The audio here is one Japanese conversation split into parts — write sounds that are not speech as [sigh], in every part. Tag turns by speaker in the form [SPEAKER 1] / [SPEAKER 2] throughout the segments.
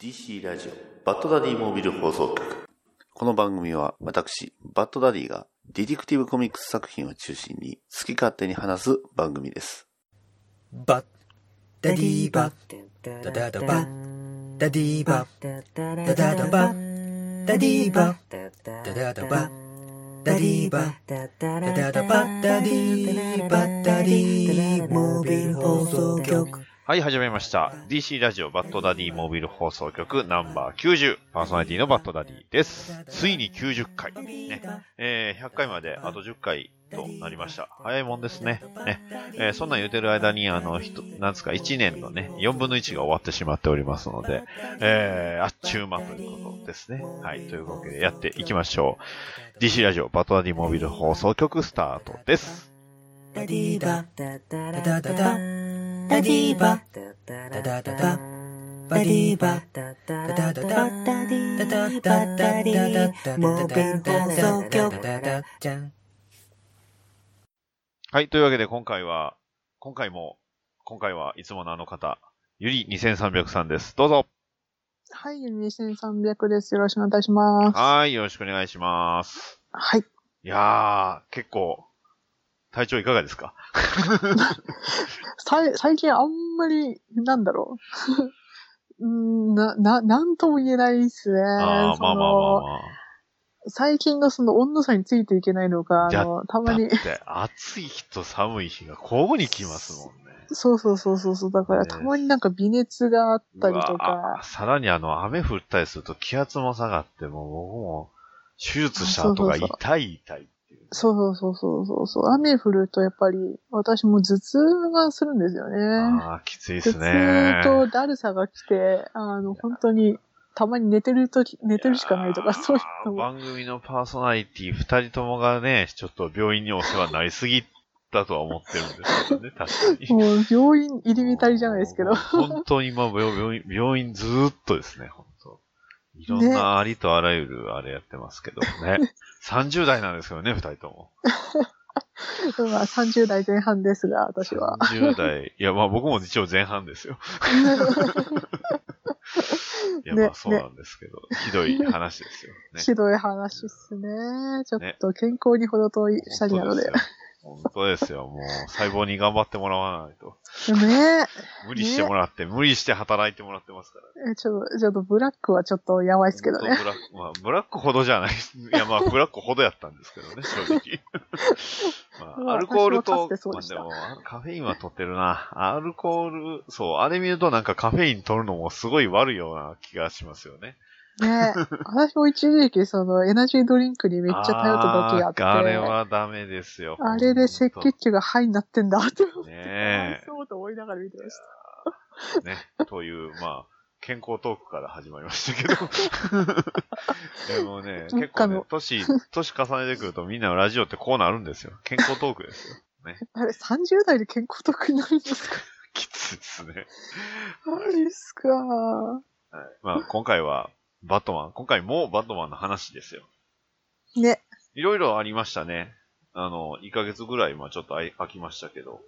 [SPEAKER 1] DC ラジオバッドダディモービル放送局この番組は私バッドダディがディティクティブコミックス作品を中心に好き勝手に話す番組です
[SPEAKER 2] バッダ
[SPEAKER 3] ダ
[SPEAKER 2] デ
[SPEAKER 3] デ
[SPEAKER 2] ィ
[SPEAKER 3] ィ
[SPEAKER 2] ーバ
[SPEAKER 3] バ
[SPEAKER 2] ッ
[SPEAKER 3] ダダダバ
[SPEAKER 2] ダデ
[SPEAKER 3] ダデ
[SPEAKER 2] ィ
[SPEAKER 3] ィ
[SPEAKER 2] ーバ
[SPEAKER 3] バ
[SPEAKER 2] ダダ
[SPEAKER 3] ダダ
[SPEAKER 2] ダ
[SPEAKER 3] ダ
[SPEAKER 2] バ
[SPEAKER 3] バ
[SPEAKER 2] ダデ
[SPEAKER 3] ダデ
[SPEAKER 2] ィ
[SPEAKER 3] ィ
[SPEAKER 2] ーバ
[SPEAKER 3] バ
[SPEAKER 2] ダ
[SPEAKER 3] ダ
[SPEAKER 2] ダ
[SPEAKER 3] ダ
[SPEAKER 2] ダ
[SPEAKER 3] ダ
[SPEAKER 2] バ
[SPEAKER 3] バ
[SPEAKER 2] ダ
[SPEAKER 3] ダ
[SPEAKER 2] デ
[SPEAKER 3] デ
[SPEAKER 2] ィー
[SPEAKER 3] ィ
[SPEAKER 2] バ
[SPEAKER 3] バ
[SPEAKER 2] ダダダバダディーバダ
[SPEAKER 3] ダダダバダディバダ
[SPEAKER 2] デ
[SPEAKER 3] デ
[SPEAKER 2] ィ
[SPEAKER 3] ィ
[SPEAKER 2] ーモー
[SPEAKER 3] モー
[SPEAKER 2] ビ
[SPEAKER 3] ビ
[SPEAKER 2] ル
[SPEAKER 3] ル
[SPEAKER 2] 放
[SPEAKER 3] 放
[SPEAKER 2] 送
[SPEAKER 3] 送
[SPEAKER 2] 局
[SPEAKER 3] 局
[SPEAKER 4] はい、始めました。DC ラジオバッドダディモービル放送局ナンバー90、パーソナリティのバッドダディです。ついに90回。ね。えー100回まであと10回となりました。早いもんですね。ね。えーそんなん言うてる間に、あの、ひとなんつうか、1年のね、4分の1が終わってしまっておりますので、えーあっちゅう間ということですね。はい、というわけでやっていきましょう。DC ラジオバッドダディモービル放送局スタートです。
[SPEAKER 2] ダディーバ
[SPEAKER 3] ダ
[SPEAKER 2] ダ
[SPEAKER 3] ダ
[SPEAKER 2] ダダ
[SPEAKER 3] ダダ
[SPEAKER 2] ダ
[SPEAKER 3] ダディバ
[SPEAKER 2] ダ
[SPEAKER 3] ダ
[SPEAKER 2] ダ
[SPEAKER 3] ダ
[SPEAKER 2] ダ
[SPEAKER 3] ダダ
[SPEAKER 2] ダ
[SPEAKER 3] バディバダダダダダダダダダディモービル放送局
[SPEAKER 2] じゃん
[SPEAKER 4] はい、というわけで今回は、今回も、今回はいつものあの方、ゆり2300さんです。どうぞ。
[SPEAKER 5] はい、2300です。よろしくお願いします。
[SPEAKER 4] はーい、よろしくお願いします。
[SPEAKER 5] はい。
[SPEAKER 4] いやー、結構、体調いかがですか
[SPEAKER 5] さい最近あんまり、なんだろう。 [laughs] うーんな、な、なんとも言えないですね。
[SPEAKER 4] あー、
[SPEAKER 5] そ
[SPEAKER 4] まあまあまあ
[SPEAKER 5] の、
[SPEAKER 4] まあ。
[SPEAKER 5] 最近のその温度差についていけないのか、あ
[SPEAKER 4] じゃ
[SPEAKER 5] の、たま
[SPEAKER 4] だ
[SPEAKER 5] に、
[SPEAKER 4] って、暑い日と寒い日が交互に来ますもんね。
[SPEAKER 5] [laughs] そうそうそうそうそう、だから、
[SPEAKER 4] ね
[SPEAKER 5] たまになんか微熱があったりと
[SPEAKER 4] うわ
[SPEAKER 5] か、
[SPEAKER 4] さらにあの、雨降ったりすると気圧も下がって、もう僕も、手術した後が
[SPEAKER 5] そうそうそう
[SPEAKER 4] 痛い痛いっていう。
[SPEAKER 5] そうそうそうそうそう、雨降るとやっぱり、私も頭痛がするんですよね。
[SPEAKER 4] あー、きついで
[SPEAKER 5] 頭
[SPEAKER 4] すね。
[SPEAKER 5] 痛とだるさが来て、あの、本当に、たまに寝てるとき、寝てるしかないとか、そういうのも。
[SPEAKER 4] 番組のパーソナリティ二人ともがね、ちょっと病院にお世話になりすぎだとは思ってるんですけ
[SPEAKER 5] [laughs]
[SPEAKER 4] どね、確かに。
[SPEAKER 5] もう病院入り浸りじゃないですけど。
[SPEAKER 4] 本当に今、病病院、病院ずーっとですね、本当。いろん
[SPEAKER 5] ね
[SPEAKER 4] なありとあらゆるあれやってますけどね。30代なんですけどね、二人とも。
[SPEAKER 5] まあ30代前半ですが、私は。
[SPEAKER 4] 30代。
[SPEAKER 5] [laughs]
[SPEAKER 4] いや、まあ僕も一応前半ですよ。いや、
[SPEAKER 5] ね
[SPEAKER 4] まあそうなんですけど、ひどい話ですよね。
[SPEAKER 5] ひどい話っすね。ちょっと健康に程遠い二人なので。
[SPEAKER 4] 本当ですよ。本当ですよ。もう細胞に頑張ってもらわないと。
[SPEAKER 5] ね
[SPEAKER 4] 無理してもらって、無理して働いてもらってますから
[SPEAKER 5] え。ちょっと、ちょっとブラックはちょっとやばいですけど
[SPEAKER 4] 本
[SPEAKER 5] ね。
[SPEAKER 4] 当ブラック、まあ、ブラックほどじゃない。いや、まあ、ブラックほどやったんですけどね、正直。
[SPEAKER 5] う
[SPEAKER 4] まあ、
[SPEAKER 5] わ
[SPEAKER 4] アルコール
[SPEAKER 5] 私も
[SPEAKER 4] と
[SPEAKER 5] かつて、そう
[SPEAKER 4] まあ
[SPEAKER 5] でし
[SPEAKER 4] で
[SPEAKER 5] た
[SPEAKER 4] も、カフェインは取ってるな。アルコール、そう、あれ見るとなんかカフェイン取るのもすごい悪いような気がしますよね。
[SPEAKER 5] ね私も一時期そのエナジードリンクにめっちゃ頼った時があって。
[SPEAKER 4] ーあれはダメですよ。
[SPEAKER 5] あれで
[SPEAKER 4] 本
[SPEAKER 5] 赤
[SPEAKER 4] 当
[SPEAKER 5] 血球が肺になってんだって思って、
[SPEAKER 4] ねえ
[SPEAKER 5] そうと思いながら見てました。
[SPEAKER 4] ね。 [laughs] という、まあ、健康トークから始まりました
[SPEAKER 5] [laughs]
[SPEAKER 4] けど。でもね、
[SPEAKER 5] なん
[SPEAKER 4] 結
[SPEAKER 5] か
[SPEAKER 4] 構
[SPEAKER 5] の
[SPEAKER 4] ね、年、年重ねてくるとみんなのラジオってこうなるんですよ。健康トーク
[SPEAKER 5] [laughs]
[SPEAKER 4] ですよ。ね。
[SPEAKER 5] あれ、30代で健康得になるんですか
[SPEAKER 4] きついですね。
[SPEAKER 5] マジっすか。
[SPEAKER 4] まあ、今回は、バットマン。今回もバットマンの話ですよ。
[SPEAKER 5] ね。
[SPEAKER 4] いろいろありましたね。あの、1ヶ月ぐらい、まあちょっとあい空きましたけど。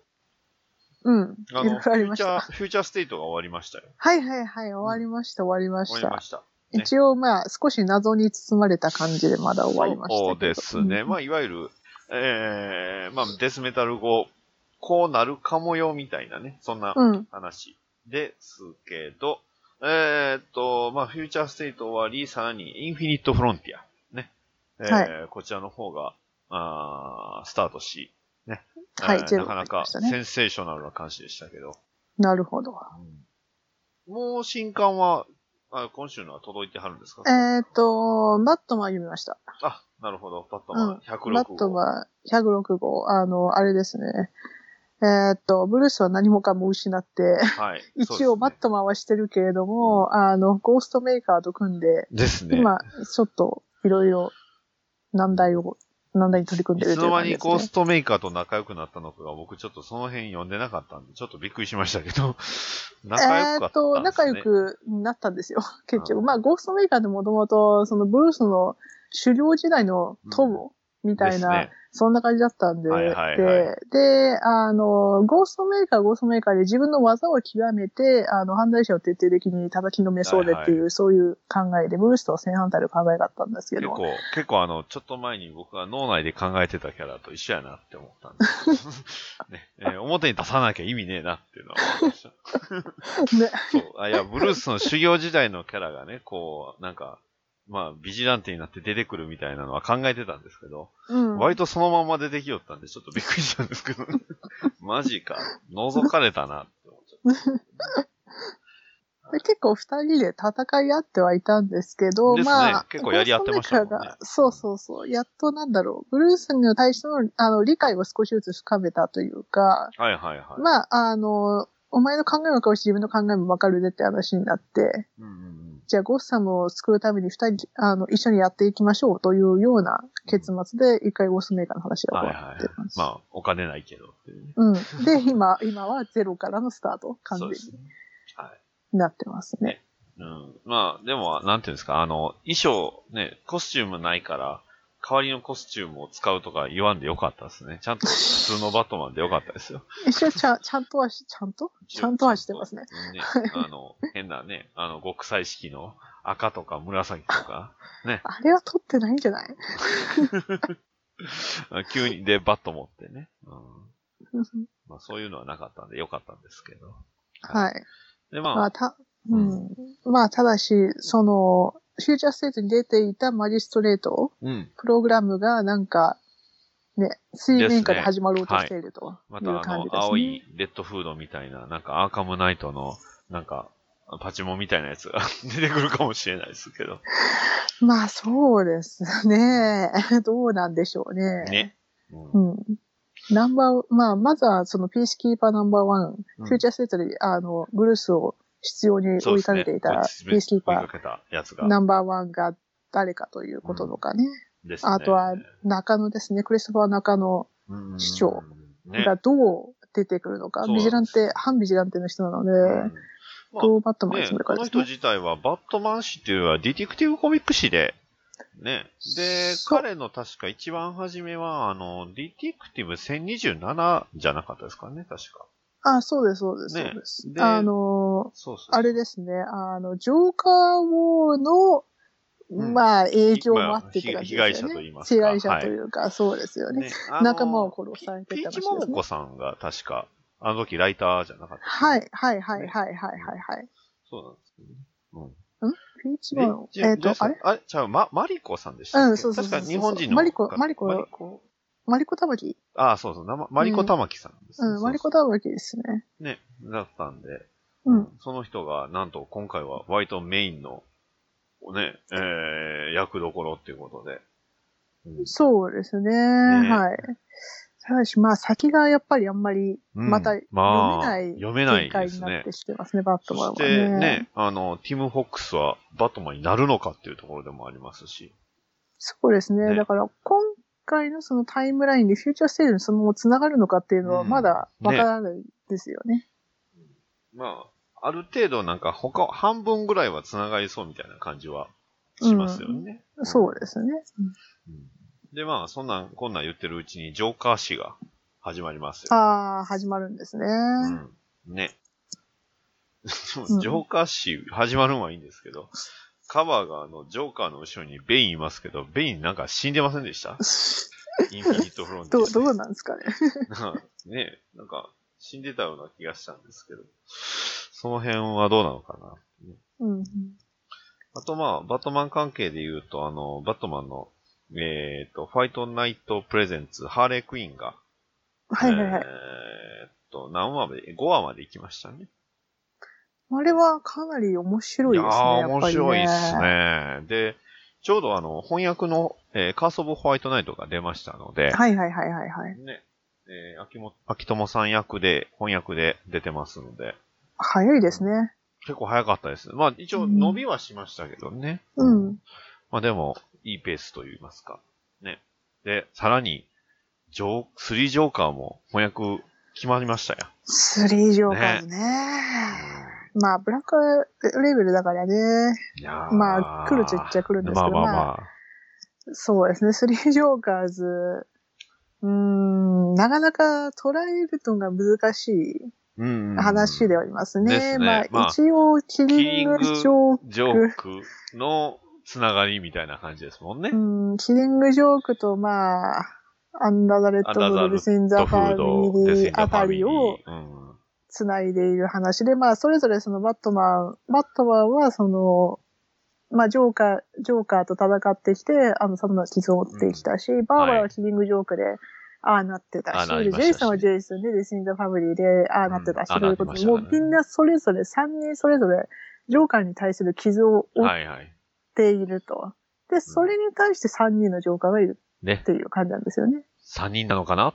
[SPEAKER 5] うん。い
[SPEAKER 4] あ
[SPEAKER 5] ろい
[SPEAKER 4] の、
[SPEAKER 5] ろ
[SPEAKER 4] フ
[SPEAKER 5] あり
[SPEAKER 4] ュー
[SPEAKER 5] まし
[SPEAKER 4] チ
[SPEAKER 5] た
[SPEAKER 4] ャー、。フューチャーステートが終わりましたよ。
[SPEAKER 5] はいはいはい、終わりました、終わりまし
[SPEAKER 4] 終わりま
[SPEAKER 5] た。
[SPEAKER 4] した。ね
[SPEAKER 5] 一応まあ、少し謎に包まれた感じでまだ終わりましたけど。
[SPEAKER 4] そうですね。
[SPEAKER 5] うん
[SPEAKER 4] まあ、いわゆる、ええまあ、デスメタル後、こうなるかもよ、みたいなね。そんな
[SPEAKER 5] うん。
[SPEAKER 4] 話ですけど、えーっと、まあ、フューチャーステート終わり、さらにインフィニットフロンティア、ね。えー
[SPEAKER 5] は
[SPEAKER 4] こちらの方が、あースタートし、ね。
[SPEAKER 5] はい
[SPEAKER 4] えー
[SPEAKER 5] ゼロ
[SPEAKER 4] なかな
[SPEAKER 5] になり
[SPEAKER 4] か
[SPEAKER 5] ましたね
[SPEAKER 4] センセーショナルな感じでしたけど、
[SPEAKER 5] なるほど。
[SPEAKER 4] うんもう新刊は、あ今週のは届いてはるんですか
[SPEAKER 5] えーっ、と、バットマン読みました。
[SPEAKER 4] あ、なるほど。バット
[SPEAKER 5] う
[SPEAKER 4] マン
[SPEAKER 5] ん。
[SPEAKER 4] 106号。
[SPEAKER 5] バットマン106号。あの、あれですね。えーっ、と、ブルースは何もかも失って、
[SPEAKER 4] はい。
[SPEAKER 5] 一応バッ
[SPEAKER 4] ト
[SPEAKER 5] トマンはしてるけれども、あの、ゴーストメーカーと組んで、
[SPEAKER 4] ですね。
[SPEAKER 5] 今、ちょっと、いろいろ、難題を、難題に取り組ん
[SPEAKER 4] い
[SPEAKER 5] でる
[SPEAKER 4] つ
[SPEAKER 5] と
[SPEAKER 4] の
[SPEAKER 5] い
[SPEAKER 4] 間
[SPEAKER 5] う感じ
[SPEAKER 4] に
[SPEAKER 5] です、ね。
[SPEAKER 4] ゴーストメーカーと仲良くなったのかが、僕ちょっとその辺読んでなかったんで、ちょっとびっくりしましたけ
[SPEAKER 5] [laughs]
[SPEAKER 4] ど、仲良く
[SPEAKER 5] えー
[SPEAKER 4] か
[SPEAKER 5] っ
[SPEAKER 4] ったんです、ね
[SPEAKER 5] と、仲良くなったんですよ、結
[SPEAKER 4] う
[SPEAKER 5] 局。
[SPEAKER 4] ん
[SPEAKER 5] まあ、ゴーストメーカーでもともと、そのブルースの狩猟時代の友みたいな、
[SPEAKER 4] ですね
[SPEAKER 5] そんな感じだったんで、
[SPEAKER 4] はいはいは
[SPEAKER 5] で、で、あの、ゴーストメーカー、ゴーストメーカーで自分の技を極めて、あの、犯罪者を徹底的に叩きのめそうでっていう、
[SPEAKER 4] はいは
[SPEAKER 5] そういう考えで、ブルースとは正反対の考えだったんですけ
[SPEAKER 4] 結
[SPEAKER 5] ど、
[SPEAKER 4] 構、結構あの、ちょっと前に僕が脳内で考えてたキャラと一緒やなって思ったんです。 [laughs] ねえー表に出さなきゃ意味ねえなっていうのは思いま
[SPEAKER 5] [laughs]
[SPEAKER 4] した。
[SPEAKER 5] ね、
[SPEAKER 4] そう。あいや、ブルースの修行時代のキャラがね、こう、なんか、まあ、ビジランテになって出てくるみたいなのは考えてたんですけど、
[SPEAKER 5] うん。
[SPEAKER 4] 割とそのまま出てきよったんで、ちょっとびっくりしたんですけど、
[SPEAKER 5] [laughs]
[SPEAKER 4] マジか。覗かれたなって思っちゃった。
[SPEAKER 5] で結構二人で戦い合ってはいたんですけど、
[SPEAKER 4] ですね
[SPEAKER 5] まあ、
[SPEAKER 4] 結構やり合ってましたもんね
[SPEAKER 5] ゴーストメーカーがそうそうそう、やっとなんだろう、ブルースに対してのあの理解を少しずつ深めたというか、
[SPEAKER 4] はいはいはい。
[SPEAKER 5] まあ、あの、お前の考えもわかるし、自分の考えもわかるねって話になって、
[SPEAKER 4] うんうんうん
[SPEAKER 5] じゃあゴッサムを救うために二人、あの、一緒にやっていきましょうというような結末で、一回ゴーストメーカーの話が終わってます。
[SPEAKER 4] まあ、お金ないけどっていうね
[SPEAKER 5] うん。で、今、今はゼロからのスタート、完
[SPEAKER 4] そう
[SPEAKER 5] 全
[SPEAKER 4] です
[SPEAKER 5] に
[SPEAKER 4] ね。はい。
[SPEAKER 5] なってますね。
[SPEAKER 4] うん。まあ、でも、なんていうんですか、あの、衣装、ね、コスチュームないから、代わりのコスチュームを使うとか言わんでよかったですね。ちゃんと普通のバットマンでよかったですよ。
[SPEAKER 5] 一応ちゃん、ちゃんとはし、ちゃんとちゃんとはしてますね。。
[SPEAKER 4] ね、あの、変なね、あの、極彩色の赤とか紫とか、
[SPEAKER 5] あれは取ってないんじゃない [laughs]
[SPEAKER 4] [laughs] 急にでバット持ってね。うん。まあ、そういうのはなかったんでよかったんですけど。
[SPEAKER 5] はい。
[SPEAKER 4] で、まあ、
[SPEAKER 5] まあ、た、うん。まあ、ただし、その、フューチャーステートに出ていたマジストレート、
[SPEAKER 4] うん。
[SPEAKER 5] プログラムがなんか、ね、水
[SPEAKER 4] で
[SPEAKER 5] 面下
[SPEAKER 4] す
[SPEAKER 5] で
[SPEAKER 4] ね
[SPEAKER 5] 始まろうとしているという
[SPEAKER 4] ま
[SPEAKER 5] 感じ
[SPEAKER 4] た、
[SPEAKER 5] ですね。
[SPEAKER 4] あの、青いレッドフードみたいな、なんかアーカムナイトの、なんか、パチモンみたいなやつが [laughs] 出てくるかもしれないですけど。
[SPEAKER 5] まあそうですね。 [laughs] どうなんでしょうね。
[SPEAKER 4] ね。うん
[SPEAKER 5] うん。ナンバー、まあまずはそのピースキーパーナンバーワン、
[SPEAKER 4] うん
[SPEAKER 5] フューチャーステートで、あの、ブルースを必要に
[SPEAKER 4] そう
[SPEAKER 5] 追
[SPEAKER 4] で
[SPEAKER 5] い
[SPEAKER 4] す
[SPEAKER 5] か
[SPEAKER 4] ね
[SPEAKER 5] けていたピ
[SPEAKER 4] 追
[SPEAKER 5] ー
[SPEAKER 4] い
[SPEAKER 5] スキ
[SPEAKER 4] 追
[SPEAKER 5] ー
[SPEAKER 4] い
[SPEAKER 5] パ
[SPEAKER 4] かけたやつ
[SPEAKER 5] ー
[SPEAKER 4] が。
[SPEAKER 5] ナンバーワンが誰かということとかね。
[SPEAKER 4] ですね
[SPEAKER 5] あとは中野ですね。クリストファー中野
[SPEAKER 4] うん
[SPEAKER 5] 市長
[SPEAKER 4] ね。
[SPEAKER 5] がどう出てくるの
[SPEAKER 4] そ
[SPEAKER 5] か。
[SPEAKER 4] うなんで
[SPEAKER 5] ビ
[SPEAKER 4] す
[SPEAKER 5] ジランテ、反ビジランテの人なので、
[SPEAKER 4] うんまあ
[SPEAKER 5] どうバットマンに
[SPEAKER 4] ね
[SPEAKER 5] する
[SPEAKER 4] こ
[SPEAKER 5] か
[SPEAKER 4] の
[SPEAKER 5] です
[SPEAKER 4] 人
[SPEAKER 5] ね。
[SPEAKER 4] 自体はバットマン誌っていうよりはディティクティブコミック誌で、ね。で、
[SPEAKER 5] そう
[SPEAKER 4] 彼の確か一番初めは、あの、ディティクティブ1027じゃなかったですかね、確か。
[SPEAKER 5] あ、そうです、そうです、
[SPEAKER 4] ね
[SPEAKER 5] そうです。
[SPEAKER 4] で
[SPEAKER 5] あのー、
[SPEAKER 4] そうそう。
[SPEAKER 5] あれですね、あの、ジョーカー王の、
[SPEAKER 4] うん
[SPEAKER 5] まあ、影響もあってって感じですよね。
[SPEAKER 4] まあ被害者と言いますか
[SPEAKER 5] 被害者というか、そうですよね。
[SPEAKER 4] ねあの
[SPEAKER 5] 仲間を殺されて
[SPEAKER 4] ピ
[SPEAKER 5] た
[SPEAKER 4] ピーチ
[SPEAKER 5] らしいですね
[SPEAKER 4] モモコさんが確か、あの時ライターじゃなかった。
[SPEAKER 5] はい、はい、はい、はい、はい、はい、はい。
[SPEAKER 4] そうなんですよね。うん。
[SPEAKER 5] ピーチマン、
[SPEAKER 4] じゃ
[SPEAKER 5] えっ、と、あれ
[SPEAKER 4] あれちゃう、ま、マリコさんでしたっけ
[SPEAKER 5] うんそうそうそうそう
[SPEAKER 4] 確か日本人の方。
[SPEAKER 5] マリコマリコ
[SPEAKER 4] コ
[SPEAKER 5] マリコタバキ
[SPEAKER 4] ああ、そうそう。生マリコ玉木さんですね、
[SPEAKER 5] うん、マリコ
[SPEAKER 4] 玉
[SPEAKER 5] タバキですね。
[SPEAKER 4] ね、だったんで。
[SPEAKER 5] うん。
[SPEAKER 4] その人が、なんと今回は割とメインの、ね、えー、役どころっていうことで。うん
[SPEAKER 5] そうですね、はい。ただし、まあ、先がやっぱりあんまり、
[SPEAKER 4] うん
[SPEAKER 5] また読
[SPEAKER 4] まあ
[SPEAKER 5] めない
[SPEAKER 4] 読めない
[SPEAKER 5] 展
[SPEAKER 4] ですね
[SPEAKER 5] 開になってきてますね、バットマン
[SPEAKER 4] そ
[SPEAKER 5] は
[SPEAKER 4] してねあの、ティム・ホックスはバットマンになるのかっていうところでもありますし。
[SPEAKER 5] そうですね。
[SPEAKER 4] ね
[SPEAKER 5] だから、今回のそのタイムラインでフューチャーステージにそのまま繋がるのかっていうのは
[SPEAKER 4] うん
[SPEAKER 5] まだわからないですよね。
[SPEAKER 4] まあ、ある程度なんか他、半分ぐらいは繋がりそうみたいな感じはしますよね。
[SPEAKER 5] そうですね。うん
[SPEAKER 4] うんで、まあ、そんなん、こんなん言ってるうちにジョーカー誌が始まりますよ。
[SPEAKER 5] ああ、始まるんですね。
[SPEAKER 4] うん。ね。ジ
[SPEAKER 5] うん
[SPEAKER 4] ョーカー誌始まるのはいいんですけど、カバーがあの、ジョーカーの後ろにベインいますけど、ベインなんか死んでませんでしたインフィニットフロンティ
[SPEAKER 5] ど
[SPEAKER 4] ア
[SPEAKER 5] う、
[SPEAKER 4] で
[SPEAKER 5] どうなんですかね。
[SPEAKER 4] な [laughs] ねえ、なんか、死んでたような気がしたんですけど、その辺はどうなのかな。
[SPEAKER 5] うん。
[SPEAKER 4] あとまあ、バットマン関係で言うと、あの、バットマンの、えっ、と、ファイトナイトプレゼンツ、ハーレークイーンが、
[SPEAKER 5] はいはいはい。
[SPEAKER 4] えっと、何話まで、5話まで行きましたね。
[SPEAKER 5] あれはかなり面白いですね。
[SPEAKER 4] や
[SPEAKER 5] や
[SPEAKER 4] ー
[SPEAKER 5] っ
[SPEAKER 4] 面
[SPEAKER 5] ぱり
[SPEAKER 4] 白いです。ね。で、ちょうどあの、翻訳の、えーカース・オブ・ホワイトナイトが出ましたので、
[SPEAKER 5] はいはいはいはいはい。
[SPEAKER 4] ね、えー秋も秋友さん役で、翻訳で出てますので、
[SPEAKER 5] 早いですね。
[SPEAKER 4] 結構早かったです。まあ一応伸びはしましたけどね。
[SPEAKER 5] うん。
[SPEAKER 4] まあでも、いいペースと言いますか。ね。で、さらに、ジョー、スリージョーカーも翻訳決まりましたよ。
[SPEAKER 5] スリージョーカーズね。まあ、ブラックレベルだからね。
[SPEAKER 4] いやー
[SPEAKER 5] まあ、来るっちゃ来るんですけど、
[SPEAKER 4] まあまあ
[SPEAKER 5] まあ
[SPEAKER 4] まあ。
[SPEAKER 5] そうですね、スリージョーカーズ、うーん、なかなか捉えるのが難し
[SPEAKER 4] うん
[SPEAKER 5] い話ではいますね。
[SPEAKER 4] ですね
[SPEAKER 5] まあ、
[SPEAKER 4] まあ
[SPEAKER 5] 一応、キ
[SPEAKER 4] キ
[SPEAKER 5] リ
[SPEAKER 4] リ
[SPEAKER 5] ン
[SPEAKER 4] ング
[SPEAKER 5] グジョー
[SPEAKER 4] ジョークのつながりみたいな感じですもんね。
[SPEAKER 5] うん、キリングジョークと、まあ、アンダーザレッドムードビスインザ
[SPEAKER 4] ド
[SPEAKER 5] フ
[SPEAKER 4] フ
[SPEAKER 5] ァ
[SPEAKER 4] ー
[SPEAKER 5] ミ
[SPEAKER 4] ド、デス
[SPEAKER 5] リ
[SPEAKER 4] イン
[SPEAKER 5] ーあ
[SPEAKER 4] ザフ
[SPEAKER 5] た
[SPEAKER 4] ァミリ
[SPEAKER 5] り
[SPEAKER 4] ー。
[SPEAKER 5] を
[SPEAKER 4] うん
[SPEAKER 5] つないでいる話で、まあ、それぞれそのバットマン、バットマンはその、まあ、ジョーカー、ジョーカーと戦ってきて、あの、サムの傷を負ってきたし、バーバラはキリングジョークで、ああなってた
[SPEAKER 4] ああ
[SPEAKER 5] し、
[SPEAKER 4] なり
[SPEAKER 5] で
[SPEAKER 4] ま
[SPEAKER 5] ジ
[SPEAKER 4] したし
[SPEAKER 5] ェイソンはジェイソンで、デスインザファミリーで、ああなってたし、
[SPEAKER 4] うんああな
[SPEAKER 5] という
[SPEAKER 4] って
[SPEAKER 5] こと
[SPEAKER 4] ま
[SPEAKER 5] で、
[SPEAKER 4] したね
[SPEAKER 5] もうみんなそれぞれ、3人それぞれ、ジョーカーに対する傷を負っ
[SPEAKER 4] はいはい。
[SPEAKER 5] ていると。で、それに対して3人のジョーカーがいる
[SPEAKER 4] ね
[SPEAKER 5] っ、ていう感じなんですよね。
[SPEAKER 4] 3人なのかな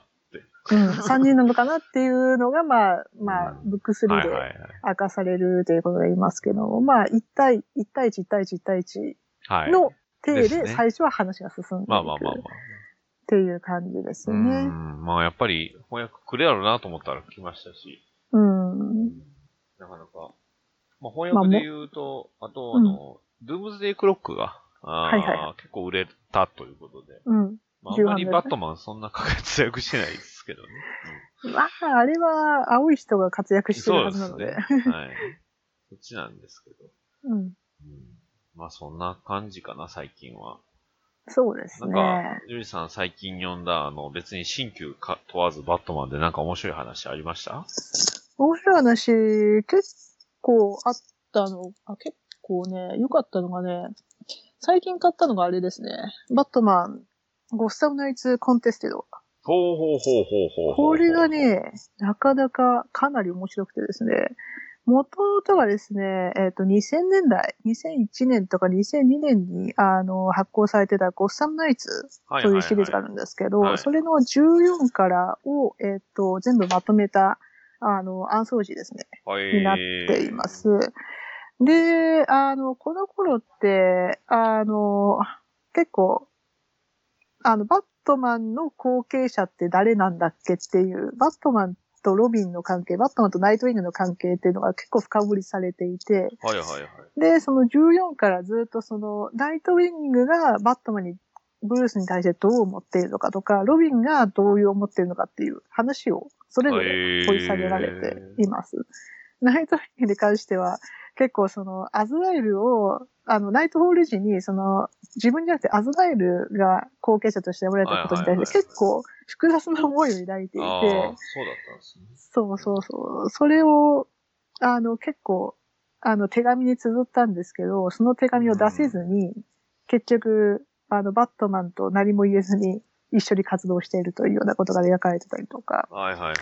[SPEAKER 5] うん、3人なのかなっていうのが、まあ、まあ、
[SPEAKER 4] うん
[SPEAKER 5] ブック3
[SPEAKER 4] はい
[SPEAKER 5] で
[SPEAKER 4] はい
[SPEAKER 5] は
[SPEAKER 4] はい。
[SPEAKER 5] 明かされるということが言いますけども、まあ、1対、1対1、1対1、1対
[SPEAKER 4] はい。
[SPEAKER 5] 1の体
[SPEAKER 4] です
[SPEAKER 5] で
[SPEAKER 4] ね
[SPEAKER 5] 最初は話が進んで
[SPEAKER 4] ま
[SPEAKER 5] い
[SPEAKER 4] あまあまあまあ
[SPEAKER 5] く。っていう感じです
[SPEAKER 4] う
[SPEAKER 5] ね。
[SPEAKER 4] ん。まあやっぱり翻訳くれやろうなと思ったら来ましたし、
[SPEAKER 5] うん。
[SPEAKER 4] なかなか。まあ翻訳で言うと、あとあの、ドゥームズデイクロックが、あー
[SPEAKER 5] はいはい
[SPEAKER 4] 結構売れたということで。
[SPEAKER 5] うん。
[SPEAKER 4] まああんま
[SPEAKER 5] 重版で
[SPEAKER 4] り
[SPEAKER 5] すね
[SPEAKER 4] バットマンそんな活躍してないですけどね。うん
[SPEAKER 5] まあ、あれは青い人が活躍してるはずなので。
[SPEAKER 4] そうですね。はい。そっちなんですけど。
[SPEAKER 5] うん。
[SPEAKER 4] うん、まあそんな感じかな、最近は。
[SPEAKER 5] そうです
[SPEAKER 4] なん
[SPEAKER 5] ね。
[SPEAKER 4] か、ゆりさん最近読んだ、あの、別に新旧か問わずバットマンでなんか面白い話ありました
[SPEAKER 5] 面白い話、結構あったの、あ結構ね、良かったのがね、最近買ったのがあれですね、バットマン、ゴッサムナイツコンテステド。
[SPEAKER 4] ほうほうほうほうほうほう。
[SPEAKER 5] これが、ね、なかなかかなり面白くてですね、元々がですね、えっ、と、2000年代、2001年とか2002年に、あの、発行されてたゴッサムナイツ
[SPEAKER 4] はい
[SPEAKER 5] と
[SPEAKER 4] はいは
[SPEAKER 5] うシリーズがあるんですけど、
[SPEAKER 4] はい
[SPEAKER 5] それの14からを、えっ、と、全部まとめた、あの、アンソージーですね。
[SPEAKER 4] はい、
[SPEAKER 5] になっていま。す。で、あの、この頃って、あの、結構、あの、バットマンの後継者って誰なんだっけっていう、バットマンとロビンの関係、バットマンとナイトウィングの関係っていうのが結構深掘りされていて、
[SPEAKER 4] はいはいはい。
[SPEAKER 5] で、その14からずっとその、ナイトウィングがバットマンに、ブルースに対してどう思っているのかとか、ロビンがどういう思っているのかっていう話を、それぞれ掘り下げられています。ナイトウィングに関しては、結構その、アズラエルを、あの、ナイトホール時に、その、自分じゃなくてアズラエルが後継者として選ばれたことに対して結構複雑な思いを抱いていて、
[SPEAKER 4] ああ、そうだったんですね。
[SPEAKER 5] そうそうそう。それを、あの、結構、あの、手紙に綴ったんですけど、その手紙を出せずに、結局、あの、バットマンと何も言えずに、一緒に活動しているというようなことが描かれてたりとか。
[SPEAKER 4] はいはいはい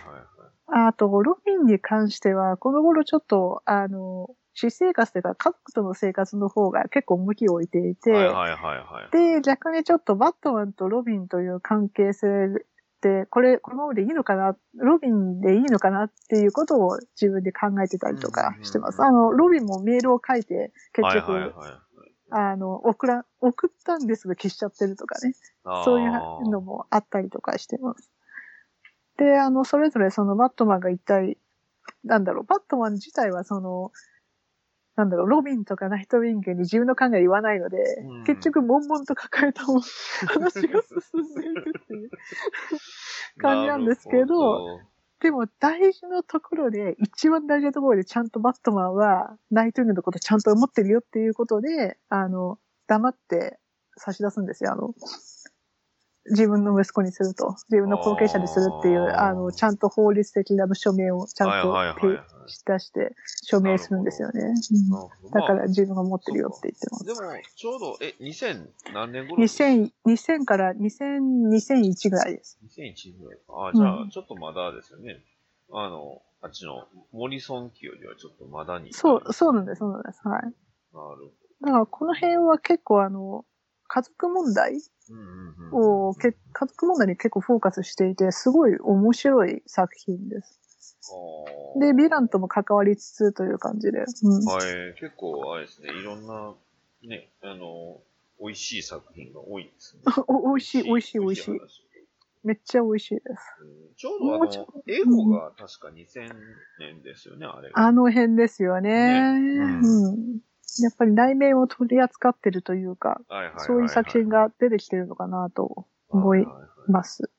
[SPEAKER 4] はい。
[SPEAKER 5] あと、ロビンに関しては、この頃ちょっと、あの、私生活というか、家族との生活の方が結構向きを置いていて、
[SPEAKER 4] はいはいはいはい。
[SPEAKER 5] で、逆にちょっとバットマンとロビンという関係性って、これ、このままでいいのかな、ロビンでいいのかなっていうことを自分で考えてたりとかしてます。
[SPEAKER 4] うん
[SPEAKER 5] あ
[SPEAKER 4] うん
[SPEAKER 5] の、ロビンもメールを書いて、結
[SPEAKER 4] はい
[SPEAKER 5] 局、
[SPEAKER 4] はいはい。
[SPEAKER 5] あの、送ら、送ったんですが消しちゃってるとかね。
[SPEAKER 4] あー
[SPEAKER 5] そういうのもあったりとかしてます。で、あの、それぞれそのバットマンが一体、なんだろう、バットマン自体はその、なんだろう、ロビンとかナイトウィングに自分の考え言わないので、
[SPEAKER 4] うん
[SPEAKER 5] 結局、悶々と抱えたも話が進んでいくっていう。感じなんですけど
[SPEAKER 4] るほ
[SPEAKER 5] でも、大事なところで、一番大事なところで、ちゃんとバットマンは、ナイトウィングのことちゃんと思ってるよっていうことで、あの、黙って差し出すんですよ、あの、自分の息子にすると、自分の後継者にするっていう、
[SPEAKER 4] あー
[SPEAKER 5] あの、ちゃんと法律的な署名をちゃんと
[SPEAKER 4] はいはいはい
[SPEAKER 5] 提
[SPEAKER 4] はい
[SPEAKER 5] 出して、署名するんですよね。
[SPEAKER 4] な
[SPEAKER 5] うん
[SPEAKER 4] るほど
[SPEAKER 5] だから、自分が持ってるよって言ってます。
[SPEAKER 4] でも、ちょうど、え、2000何年頃
[SPEAKER 5] 2000、2000から2000、2001ぐらいです。
[SPEAKER 4] 2001ぐらいか。あ、じゃ
[SPEAKER 5] う
[SPEAKER 4] あ、ちょっとまだですよね。あの、あっちの、モリソン期よりはちょっとまだに。
[SPEAKER 5] そう、そうなんです、そうなんです。はい。
[SPEAKER 4] なる
[SPEAKER 5] だからこの辺は結構あの、家族問題
[SPEAKER 4] ほど。うんうんうん。
[SPEAKER 5] をけ、家族問題に結構フォーカスしていて、すごい面白い作品です。
[SPEAKER 4] あー
[SPEAKER 5] で、ヴィランとも関わりつつという感じで。うん。
[SPEAKER 4] はい、結構、あれですね、いろんな、ね、あの、美味しい作品が多いですね。
[SPEAKER 5] お [laughs] 美味しい、美味しい、美味しい。
[SPEAKER 4] 話
[SPEAKER 5] めっちゃ美味しいです。
[SPEAKER 4] うんちょうどあ
[SPEAKER 5] もうちょ
[SPEAKER 4] の、英語が確か2000年ですよね、あれが。
[SPEAKER 5] あの辺ですよね。
[SPEAKER 4] ね
[SPEAKER 5] うん。やっぱり内面を取り扱ってるというか、
[SPEAKER 4] はいはいはい、はい。
[SPEAKER 5] そういう作品が出てきてるのかなと思います。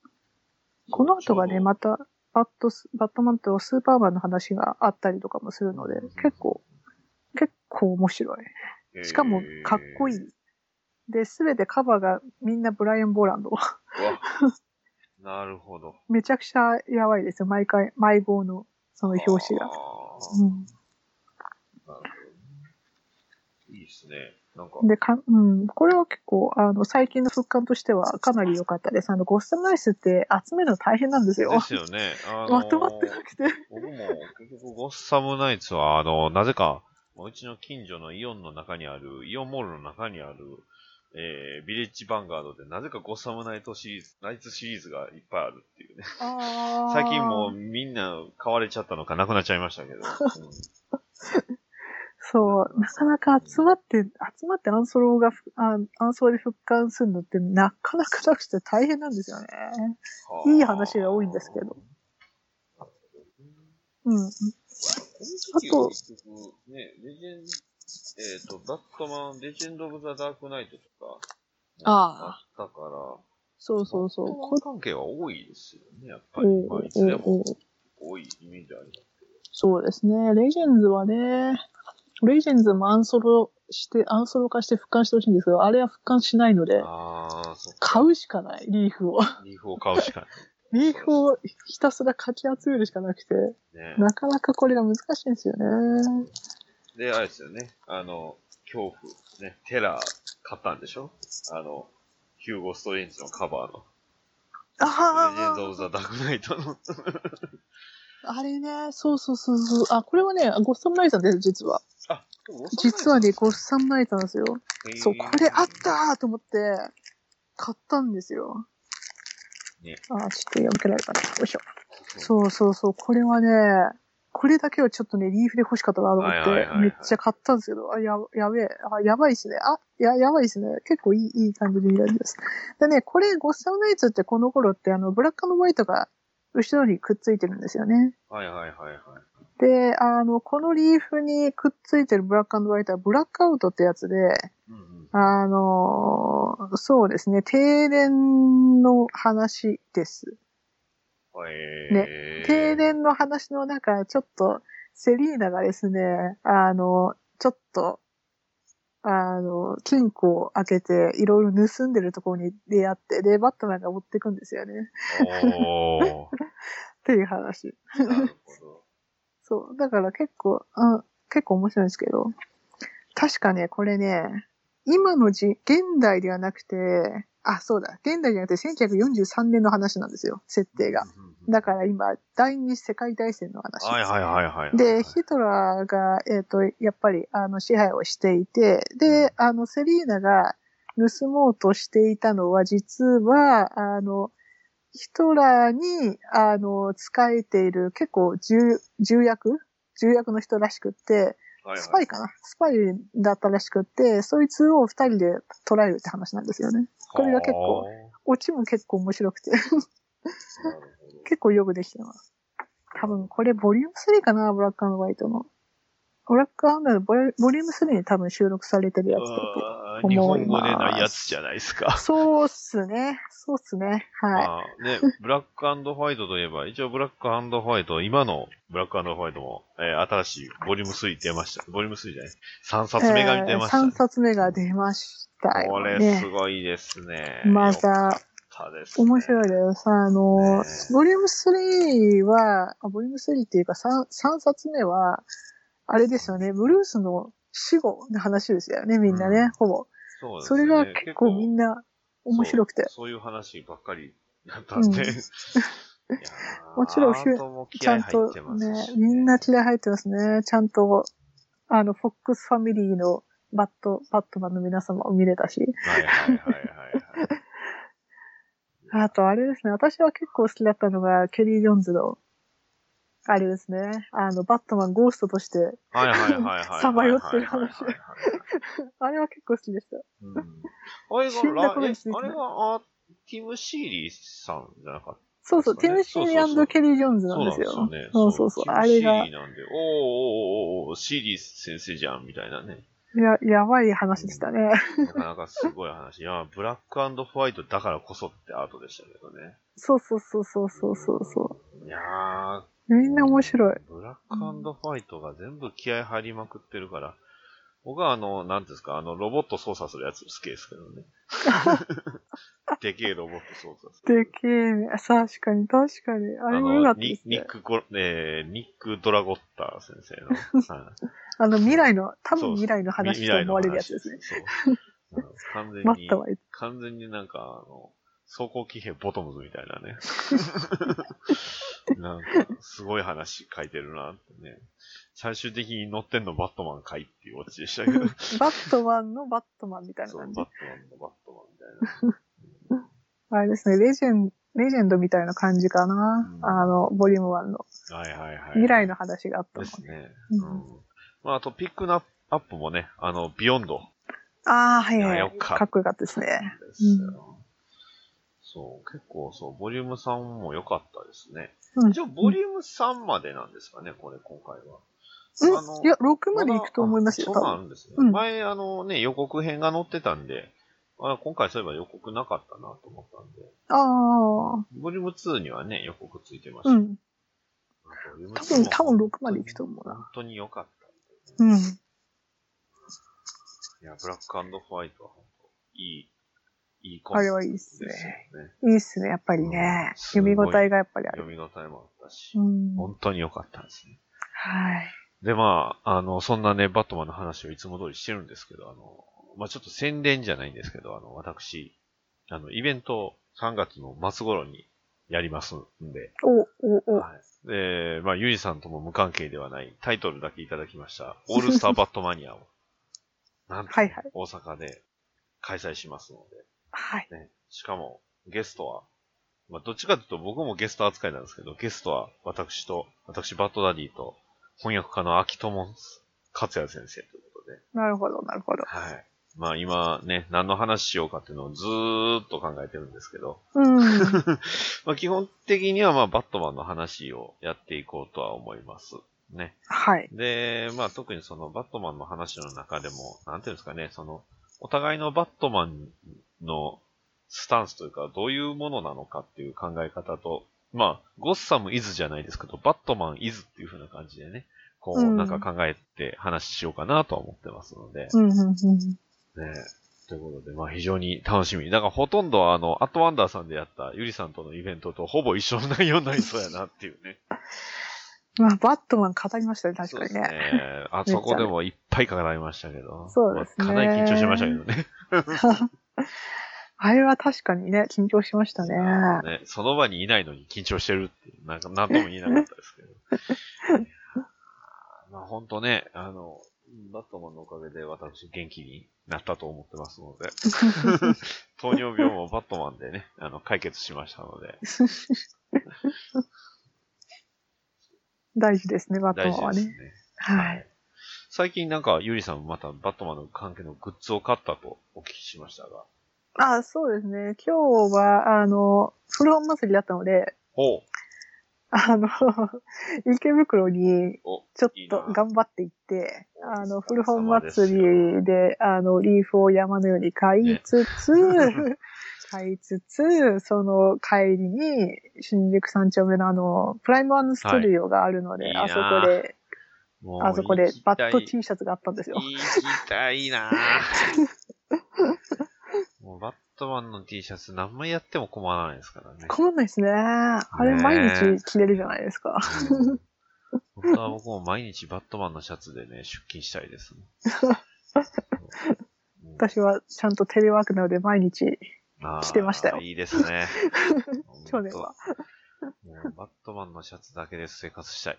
[SPEAKER 5] この後がね、また、バットス、バットマンとスーパーマンの話があったりとかもするので、結構、結構面白い。しかも、かっこいい
[SPEAKER 4] え。
[SPEAKER 5] で、すべてカバーがみんなブライアン・ボランド。 [laughs]
[SPEAKER 4] ーうわなるほど。
[SPEAKER 5] めちゃくちゃやばいですよ。毎回、毎号の、その表紙
[SPEAKER 4] あ
[SPEAKER 5] が。
[SPEAKER 4] ー
[SPEAKER 5] うん
[SPEAKER 4] なるほどいいですね。なんか、
[SPEAKER 5] でか、うん、これは結構、あの、最近の復刊としてはかなり良かったです。あの、ゴッサムナイスって集めるの大変なんですよ。
[SPEAKER 4] ですよね。あのー
[SPEAKER 5] まとまってなくて。
[SPEAKER 4] 僕も結局ゴッサムナイツは、あの、なぜか、うちの近所のイオンの中にある、イオンモールの中にある、えー、ビレッジヴァンガードで、なぜかゴッサムナイトシリーズ、ナイツシリーズがいっぱいあるっていうね。最
[SPEAKER 5] 最
[SPEAKER 4] 近もうみんな買われちゃったのかなくなっちゃいましたけど。うん
[SPEAKER 5] そう、なかなか集まって、集まってアンソロがふ、あアンソロで復刊するのってなかなかなくて大変なんですよね。 [laughs] いい話が多いんですけど。うん。
[SPEAKER 4] あと、結局ね、レジェン、えっ、と、バットマン、レジェンド・オブ・ザ・ダークナイトとか、
[SPEAKER 5] あ
[SPEAKER 4] あったから、
[SPEAKER 5] そうそうそう。
[SPEAKER 4] バット
[SPEAKER 5] こ
[SPEAKER 4] マン関係は多いですよね、やっぱ
[SPEAKER 5] う
[SPEAKER 4] り。
[SPEAKER 5] ん
[SPEAKER 4] まあ、いつ
[SPEAKER 5] う
[SPEAKER 4] で
[SPEAKER 5] んうん
[SPEAKER 4] も多いイメージあります。
[SPEAKER 5] そうですね。レジェンズはね、レジェンズもアンソロして、アンソロ化して復刊してほしいんですけど、あれは復刊しないので、
[SPEAKER 4] ああ、そっか。
[SPEAKER 5] 買うしかない、リーフを。 [laughs]
[SPEAKER 4] リーフを買うしかない。
[SPEAKER 5] リーフをひたすらかき集めるしかなくて、
[SPEAKER 4] ね、
[SPEAKER 5] なかなかこれが難しいんですよね。
[SPEAKER 4] で、あれですよね。あの、恐怖、ね、テラー買ったんでしょあの、ヒューゴ・ストレンジのカバーの。レジェンド・オ
[SPEAKER 5] あ
[SPEAKER 4] ブ・ザ・ダークナイトの。
[SPEAKER 5] あ、あれね、そうそうそうそう。あ、これはね、ゴッサムナイトなんです、実は。
[SPEAKER 4] あ、でも
[SPEAKER 5] 実はね、ゴッサムナイトなんですよ。そう、これあっ。
[SPEAKER 4] へー
[SPEAKER 5] たーと思って、買ったんですよ。
[SPEAKER 4] ね
[SPEAKER 5] あー、ちょっと読み切られたな。よいしょ。そうそうそう、これはね、これだけはちょっとね、リーフで欲しかったなと思って、
[SPEAKER 4] はいはいはいはい
[SPEAKER 5] めっちゃ買ったんですけど、あ、や、やべえ、あ、やばいっすね。あ、や、やばいっすね。結構いい、いい感じで見られてます。でね、これ、ゴッサムナイツってこの頃って、あの、ブラックのホワイトが後ろにくっついてるんですよね。
[SPEAKER 4] はいはいはいはい。
[SPEAKER 5] で、あの、このリーフにくっついてるブラックホワイトは、ブラックアウトってやつで、
[SPEAKER 4] うんうん。
[SPEAKER 5] あのそうですね、停電の話です。
[SPEAKER 4] えー、
[SPEAKER 5] 停電の話の中、ちょっと、セリーナがですね、あの、ちょっと、あの、金庫を開けて、いろいろ盗んでるところに出会って、で、バットマンが追ってくんですよね。
[SPEAKER 4] おー。
[SPEAKER 5] っていう話。
[SPEAKER 4] なるほ
[SPEAKER 5] そう。だから結構、うん、結構面白いんですけど、確かね、これね、今のじ、現代ではなくて、あ、そうだ、現代じゃなくて1943年の話なんですよ、設定
[SPEAKER 4] ど。
[SPEAKER 5] が。
[SPEAKER 4] うん
[SPEAKER 5] だから今、第二次世界大戦の話。
[SPEAKER 4] はいはいはいはい。
[SPEAKER 5] で、ヒトラーが、えっ、と、やっぱり、あの、支配をしていて、で、あの、セリーナが盗もうとしていたのは、実は、あの、ヒトラーに、あの、仕えている、結構重、重役重役の人らしくって、
[SPEAKER 4] はい
[SPEAKER 5] スパイかなスパイだったらしくって、そいつを二人で捕らえるって話なんですよね。これが結構、オチも結構面白くて、
[SPEAKER 4] はー。なるほど
[SPEAKER 5] 結構よくできてます。多分これボリューム3かな、ブラックホワイトの。ブラックホワイトのボリボリューム3に多分収録されてるやつだと。
[SPEAKER 4] あ
[SPEAKER 5] と
[SPEAKER 4] ー日
[SPEAKER 5] 思
[SPEAKER 4] 本
[SPEAKER 5] い
[SPEAKER 4] 語
[SPEAKER 5] ます
[SPEAKER 4] でないやつじゃないですか。
[SPEAKER 5] そうっすね。そうっすね。は
[SPEAKER 4] まあね、ブラックホワイトといえば、一応ブラックホワイト、今のブラックホワイトも、えー新しいボリューム3出ました。ボリューム3じゃない ?3
[SPEAKER 5] い。
[SPEAKER 4] 冊目が出ましたね、
[SPEAKER 5] 3冊目が出ました
[SPEAKER 4] これ
[SPEAKER 5] よ
[SPEAKER 4] す
[SPEAKER 5] ね。
[SPEAKER 4] ごいですね。
[SPEAKER 5] ま
[SPEAKER 4] よか
[SPEAKER 5] た、
[SPEAKER 4] ったです、ね。
[SPEAKER 5] 面白いです。あの
[SPEAKER 4] ね、
[SPEAKER 5] ボリューム3は、あボリューム3っていうか 3, 3冊目は、あれですよね、ブルースの死後の話ですよね、みんなね、
[SPEAKER 4] うん
[SPEAKER 5] ほぼ。
[SPEAKER 4] そうです
[SPEAKER 5] そ
[SPEAKER 4] ね
[SPEAKER 5] れが結構みんな面白くて
[SPEAKER 4] そう。そういう話ばっかりだったんで。
[SPEAKER 5] うん
[SPEAKER 4] いやー
[SPEAKER 5] もちろん
[SPEAKER 4] アートも
[SPEAKER 5] ち
[SPEAKER 4] 気
[SPEAKER 5] ゃ
[SPEAKER 4] 合
[SPEAKER 5] ん
[SPEAKER 4] 入
[SPEAKER 5] と
[SPEAKER 4] ってますし
[SPEAKER 5] ね、みんな気合入ってますね。ちゃんと、あの、フォックスファミリーのバット、バットマンの皆様を見れたし。
[SPEAKER 4] はいはいはいはいはい。
[SPEAKER 5] あと、あれですね、私は結構好きだったのが、ケリー・ジョーンズの、あれですね、あの、バットマンゴーストとして、
[SPEAKER 4] はいはいはいはいはい。
[SPEAKER 5] さまよってる話
[SPEAKER 4] はいはいはい
[SPEAKER 5] あれは結構好きでした。
[SPEAKER 4] うんあれが
[SPEAKER 5] 死んだこと
[SPEAKER 4] ラ
[SPEAKER 5] に
[SPEAKER 4] イ
[SPEAKER 5] ついて
[SPEAKER 4] えあれがあティム・シーリーさんじゃなかった
[SPEAKER 5] そうそう、
[SPEAKER 4] そ
[SPEAKER 5] テ
[SPEAKER 4] う
[SPEAKER 5] ィ
[SPEAKER 4] で
[SPEAKER 5] ム・
[SPEAKER 4] す
[SPEAKER 5] シ
[SPEAKER 4] ね
[SPEAKER 5] ーリ
[SPEAKER 4] そうそうそう
[SPEAKER 5] ーケリー・ジョーンズな
[SPEAKER 4] そうんなん
[SPEAKER 5] です
[SPEAKER 4] ですよ
[SPEAKER 5] よ
[SPEAKER 4] ね。。
[SPEAKER 5] そうそうそう、あれ
[SPEAKER 4] ティム
[SPEAKER 5] が
[SPEAKER 4] シーリーなんで、おーおーおーおーシーリー先生じゃん、みたいなね。
[SPEAKER 5] いや、やばい話でしたね。
[SPEAKER 4] なかなかすごい話。いや、ブラックホワイトだからこそってアートでしたけどね。
[SPEAKER 5] そうそうそうそうそうそうそ
[SPEAKER 4] いやー、
[SPEAKER 5] う。みんな面白い。
[SPEAKER 4] ブラックホワイトが全部気合入りまくってるから、僕はあの、なんていうんですか、あの、ロボット操作するやつ好きですけど
[SPEAKER 5] [laughs]
[SPEAKER 4] ね。でけえロボット操作する。
[SPEAKER 5] でけえね。あ確かに、確かに。あ
[SPEAKER 4] あ
[SPEAKER 5] れも良か
[SPEAKER 4] の
[SPEAKER 5] ったで
[SPEAKER 4] ニ、
[SPEAKER 5] す
[SPEAKER 4] ニ
[SPEAKER 5] ね
[SPEAKER 4] ッ。クゴ、えーニック・ドラゴッタ先生の。
[SPEAKER 5] [laughs]
[SPEAKER 4] はい
[SPEAKER 5] あの、未来の、多
[SPEAKER 4] そう
[SPEAKER 5] 分未来の話と思われるやつですね。。
[SPEAKER 4] 未来の話そううん完
[SPEAKER 5] [laughs]
[SPEAKER 4] 全
[SPEAKER 5] マッ
[SPEAKER 4] に
[SPEAKER 5] ト、はい
[SPEAKER 4] 完全になんか、あの、走行機兵ボトムズみたいな
[SPEAKER 5] [laughs]
[SPEAKER 4] ね。なんか、すごい話書いてるなってね。最終的に乗ってんのバットマンかいっていうオチでしたけど。
[SPEAKER 5] バットマンのバットマンみたいな
[SPEAKER 4] そう、バ
[SPEAKER 5] 感
[SPEAKER 4] ッ
[SPEAKER 5] じ
[SPEAKER 4] トマ。ンのバットマンみたいな。
[SPEAKER 5] あれですね、レジェン、レジェンドみたいな感じかな。
[SPEAKER 4] うん
[SPEAKER 5] あの、ボリューム1の。
[SPEAKER 4] はいはいはい。
[SPEAKER 5] 未来の話があった
[SPEAKER 4] で
[SPEAKER 5] の。
[SPEAKER 4] すね。う
[SPEAKER 5] うんん。
[SPEAKER 4] まあ、あと、ピックナップもね、あの、ビヨンド
[SPEAKER 5] ああ、はい
[SPEAKER 4] いや
[SPEAKER 5] は
[SPEAKER 4] よ
[SPEAKER 5] い。
[SPEAKER 4] かった
[SPEAKER 5] かっこよかったですね。
[SPEAKER 4] ですよ。そう、結構そう、ボリューム3も良かったですね。
[SPEAKER 5] うん
[SPEAKER 4] 一応、ボリューム3までなんですかね、これ、今回は。あの
[SPEAKER 5] うんいや、6まで行くと思いますよ、
[SPEAKER 4] だ
[SPEAKER 5] 多
[SPEAKER 4] あそうな
[SPEAKER 5] 分。
[SPEAKER 4] んですね。
[SPEAKER 5] うん
[SPEAKER 4] 前、あのね、予告編が載ってたんで、あ今回そういえば予告なかったなと思ったんで、
[SPEAKER 5] ああ、
[SPEAKER 4] ボリューム2にはね、予告ついてました。
[SPEAKER 5] うん。
[SPEAKER 4] ボリューム
[SPEAKER 5] 多
[SPEAKER 4] 2
[SPEAKER 5] 分、
[SPEAKER 4] も
[SPEAKER 5] 多分6まで行くと思うな。
[SPEAKER 4] 本当に良かった。
[SPEAKER 5] うん。
[SPEAKER 4] いや、ブラックホワイトは本当、いい、いいコン
[SPEAKER 5] あ
[SPEAKER 4] セ
[SPEAKER 5] れ
[SPEAKER 4] プト
[SPEAKER 5] はいいっす
[SPEAKER 4] で
[SPEAKER 5] ね
[SPEAKER 4] すよ。ね。
[SPEAKER 5] いいっすね、やっぱりね。
[SPEAKER 4] すごい
[SPEAKER 5] 読み応えがやっぱりある。
[SPEAKER 4] 読み応えもあったし
[SPEAKER 5] う、ん。
[SPEAKER 4] 本当に良かったですね。
[SPEAKER 5] はい。
[SPEAKER 4] で、まあ、あの、そんなね、バットマンの話をいつも通りしてるんですけど、あの、まあちょっと宣伝じゃないんですけど、あの、私、あの、イベントを3月の末頃にやりますんで、
[SPEAKER 5] お、お、お。
[SPEAKER 4] はい。で、まあユージさんとも無関係ではないタイトルだけいただきま
[SPEAKER 5] [laughs]
[SPEAKER 4] した、オールスターバットマニアを、なんと、
[SPEAKER 5] はいはい
[SPEAKER 4] 大阪で開催しますので、
[SPEAKER 5] はい。
[SPEAKER 4] ね、しかも、ゲストは、まあ、どっちかというと僕もゲスト扱いなんですけど、ゲストは私と、私バットダディと、翻訳家の秋友克也先生ということで、
[SPEAKER 5] なるほど、なるほど。
[SPEAKER 4] はい。まあ今ね、何の話しようかっていうのをずーっと考えてるんですけど、 [laughs]
[SPEAKER 5] うん。
[SPEAKER 4] まあ基本的にはまあバットマンの話をやっていこうとは思います。ね。
[SPEAKER 5] はい。
[SPEAKER 4] で、まあ特にそのバットマンの話の中でも、なんていうんですかね、その、お互いのバットマンのスタンスというか、どういうものなのかっていう考え方と、まあ、ゴッサムイズじゃないですけど、バットマンイズっていう風な感じでね、こう、
[SPEAKER 5] うん
[SPEAKER 4] なんか考えて話しようかなとは思ってますので、
[SPEAKER 5] うん、うん、うん。
[SPEAKER 4] ね。ということで、まあ非常に楽しみ。だからほとんどあの、アットワンダーさんでやったゆりさんとのイベントとほぼ一緒の内容になりそうやなっていうね。
[SPEAKER 5] まあ、バットマン語りましたね、確
[SPEAKER 4] そう
[SPEAKER 5] か
[SPEAKER 4] です
[SPEAKER 5] にね。
[SPEAKER 4] ね。あ
[SPEAKER 5] めっちゃ
[SPEAKER 4] そこでもいっぱい語りましたけど。
[SPEAKER 5] そうですね
[SPEAKER 4] まあかなり緊張しましたけどね。
[SPEAKER 5] あれは確かにね、緊張しましたね。
[SPEAKER 4] ねその場にいないのに緊張してるっていう、なんか何とも言えなかったですけ
[SPEAKER 5] [laughs]
[SPEAKER 4] ど。まあ本当ね、あの、バットマンのおかげで私元気になったと思ってますの
[SPEAKER 5] [laughs]
[SPEAKER 4] で。糖尿病もバットマンでね、あの、解決しましたので。
[SPEAKER 5] 大事ですね、バット
[SPEAKER 4] 大
[SPEAKER 5] マン
[SPEAKER 4] 事
[SPEAKER 5] は
[SPEAKER 4] ですね
[SPEAKER 5] ね。。はい。。
[SPEAKER 4] 最近なんか、ゆりさんまたバットマンの関係のグッズを買ったとお聞きしましたが。
[SPEAKER 5] あ、そうですね。今日は、あの、フロン祭りだったので、
[SPEAKER 4] おう
[SPEAKER 5] あの、 [laughs] 池袋に
[SPEAKER 4] お
[SPEAKER 5] ちょっ
[SPEAKER 4] いいな
[SPEAKER 5] と頑張って行って、
[SPEAKER 4] お
[SPEAKER 5] あの、
[SPEAKER 4] 疲れ
[SPEAKER 5] 古
[SPEAKER 4] 様
[SPEAKER 5] 本
[SPEAKER 4] です
[SPEAKER 5] 祭りで、あの、リーフを山のように買いつつ、 [laughs] 買いつつ、その帰りに、新宿三丁目のあの、プライムワンストリオがあるので、
[SPEAKER 4] はい
[SPEAKER 5] あそこで、
[SPEAKER 4] もう
[SPEAKER 5] あそこで
[SPEAKER 4] 行きた
[SPEAKER 5] バ
[SPEAKER 4] い
[SPEAKER 5] ット T シャツがあったんですよ。
[SPEAKER 4] 行きたい
[SPEAKER 5] [laughs]
[SPEAKER 4] なぁもうバットマンの T シャツ何枚やっても困らないですからね。
[SPEAKER 5] 困んないですね。あれ
[SPEAKER 4] ねえ
[SPEAKER 5] 毎日着れるじゃないですか。
[SPEAKER 4] うん本当は僕も毎日バットマンのシャツでね、出勤したいですね。うん
[SPEAKER 5] [laughs] 私はちゃんとテレワークなので毎日
[SPEAKER 4] あー
[SPEAKER 5] 着てましたよ
[SPEAKER 4] いいですね。
[SPEAKER 5] [laughs] 去年は
[SPEAKER 4] 本当。もうバットマンのシャツだけで生活したい。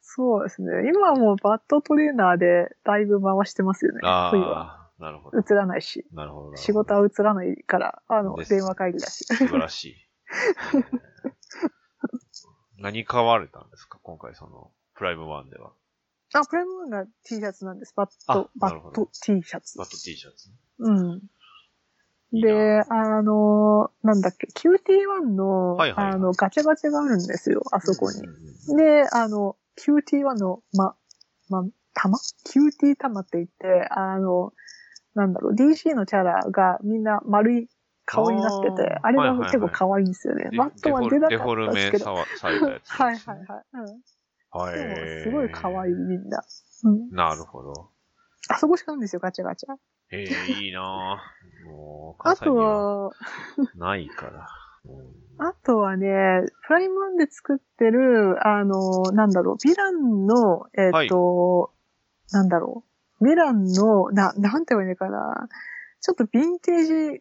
[SPEAKER 5] そうですね。今はもうバットトレーナーでだいぶ回してますよね、 [laughs] 冬は。
[SPEAKER 4] ああ、なるほど。
[SPEAKER 5] 映らないし。
[SPEAKER 4] なるほどなるほど。
[SPEAKER 5] 仕事は映らないから、あの
[SPEAKER 4] で、す
[SPEAKER 5] 電話会議だし。
[SPEAKER 4] 素晴らしい。えー何買われたんですか今回その、プライムワンでは。
[SPEAKER 5] あ、プライムワンが T シャツなんです。バッ
[SPEAKER 4] あ
[SPEAKER 5] ト、バ
[SPEAKER 4] なるほ
[SPEAKER 5] ッ
[SPEAKER 4] ど
[SPEAKER 5] ト T シャツ
[SPEAKER 4] バッ。ト T シャツ。
[SPEAKER 5] うん。
[SPEAKER 4] いいな
[SPEAKER 5] で、あの、なんだっけ、QT1 の、
[SPEAKER 4] はいはいはい
[SPEAKER 5] あの、ガチャガチャがあるんですよ、あそこに
[SPEAKER 4] う。んうんうん
[SPEAKER 5] で、あの、QT1 の、ま、まあ、玉キューティー玉って言って、あの、なんだろう、DC のキャラがみんな丸い顔になってて、
[SPEAKER 4] あー
[SPEAKER 5] あれ
[SPEAKER 4] はい
[SPEAKER 5] が
[SPEAKER 4] はいはい
[SPEAKER 5] 結構可愛いんですよね。
[SPEAKER 4] デ
[SPEAKER 5] バットは出な
[SPEAKER 4] デフ
[SPEAKER 5] か
[SPEAKER 4] ォル
[SPEAKER 5] ったんです
[SPEAKER 4] メ
[SPEAKER 5] け
[SPEAKER 4] さ
[SPEAKER 5] ど。
[SPEAKER 4] わさ
[SPEAKER 5] は
[SPEAKER 4] れ
[SPEAKER 5] い
[SPEAKER 4] たやつ。
[SPEAKER 5] [laughs] はいはい。うん
[SPEAKER 4] はい。
[SPEAKER 5] でもすごい可愛い、みんな。うん。
[SPEAKER 4] なるほど。
[SPEAKER 5] あそこしかないんですよ、ガチャガチャ。
[SPEAKER 4] ええいいなぁ。もう、関
[SPEAKER 5] あ
[SPEAKER 4] 西に
[SPEAKER 5] と
[SPEAKER 4] は
[SPEAKER 5] は、
[SPEAKER 4] ないから。うん
[SPEAKER 5] あとはね、プライムワンで作ってる、あの、なんだろう、ヴィランの、えっ、と、なんだろう、ヴィランの、な、なんて言えばいいのかな、ちょっとヴィンテージ、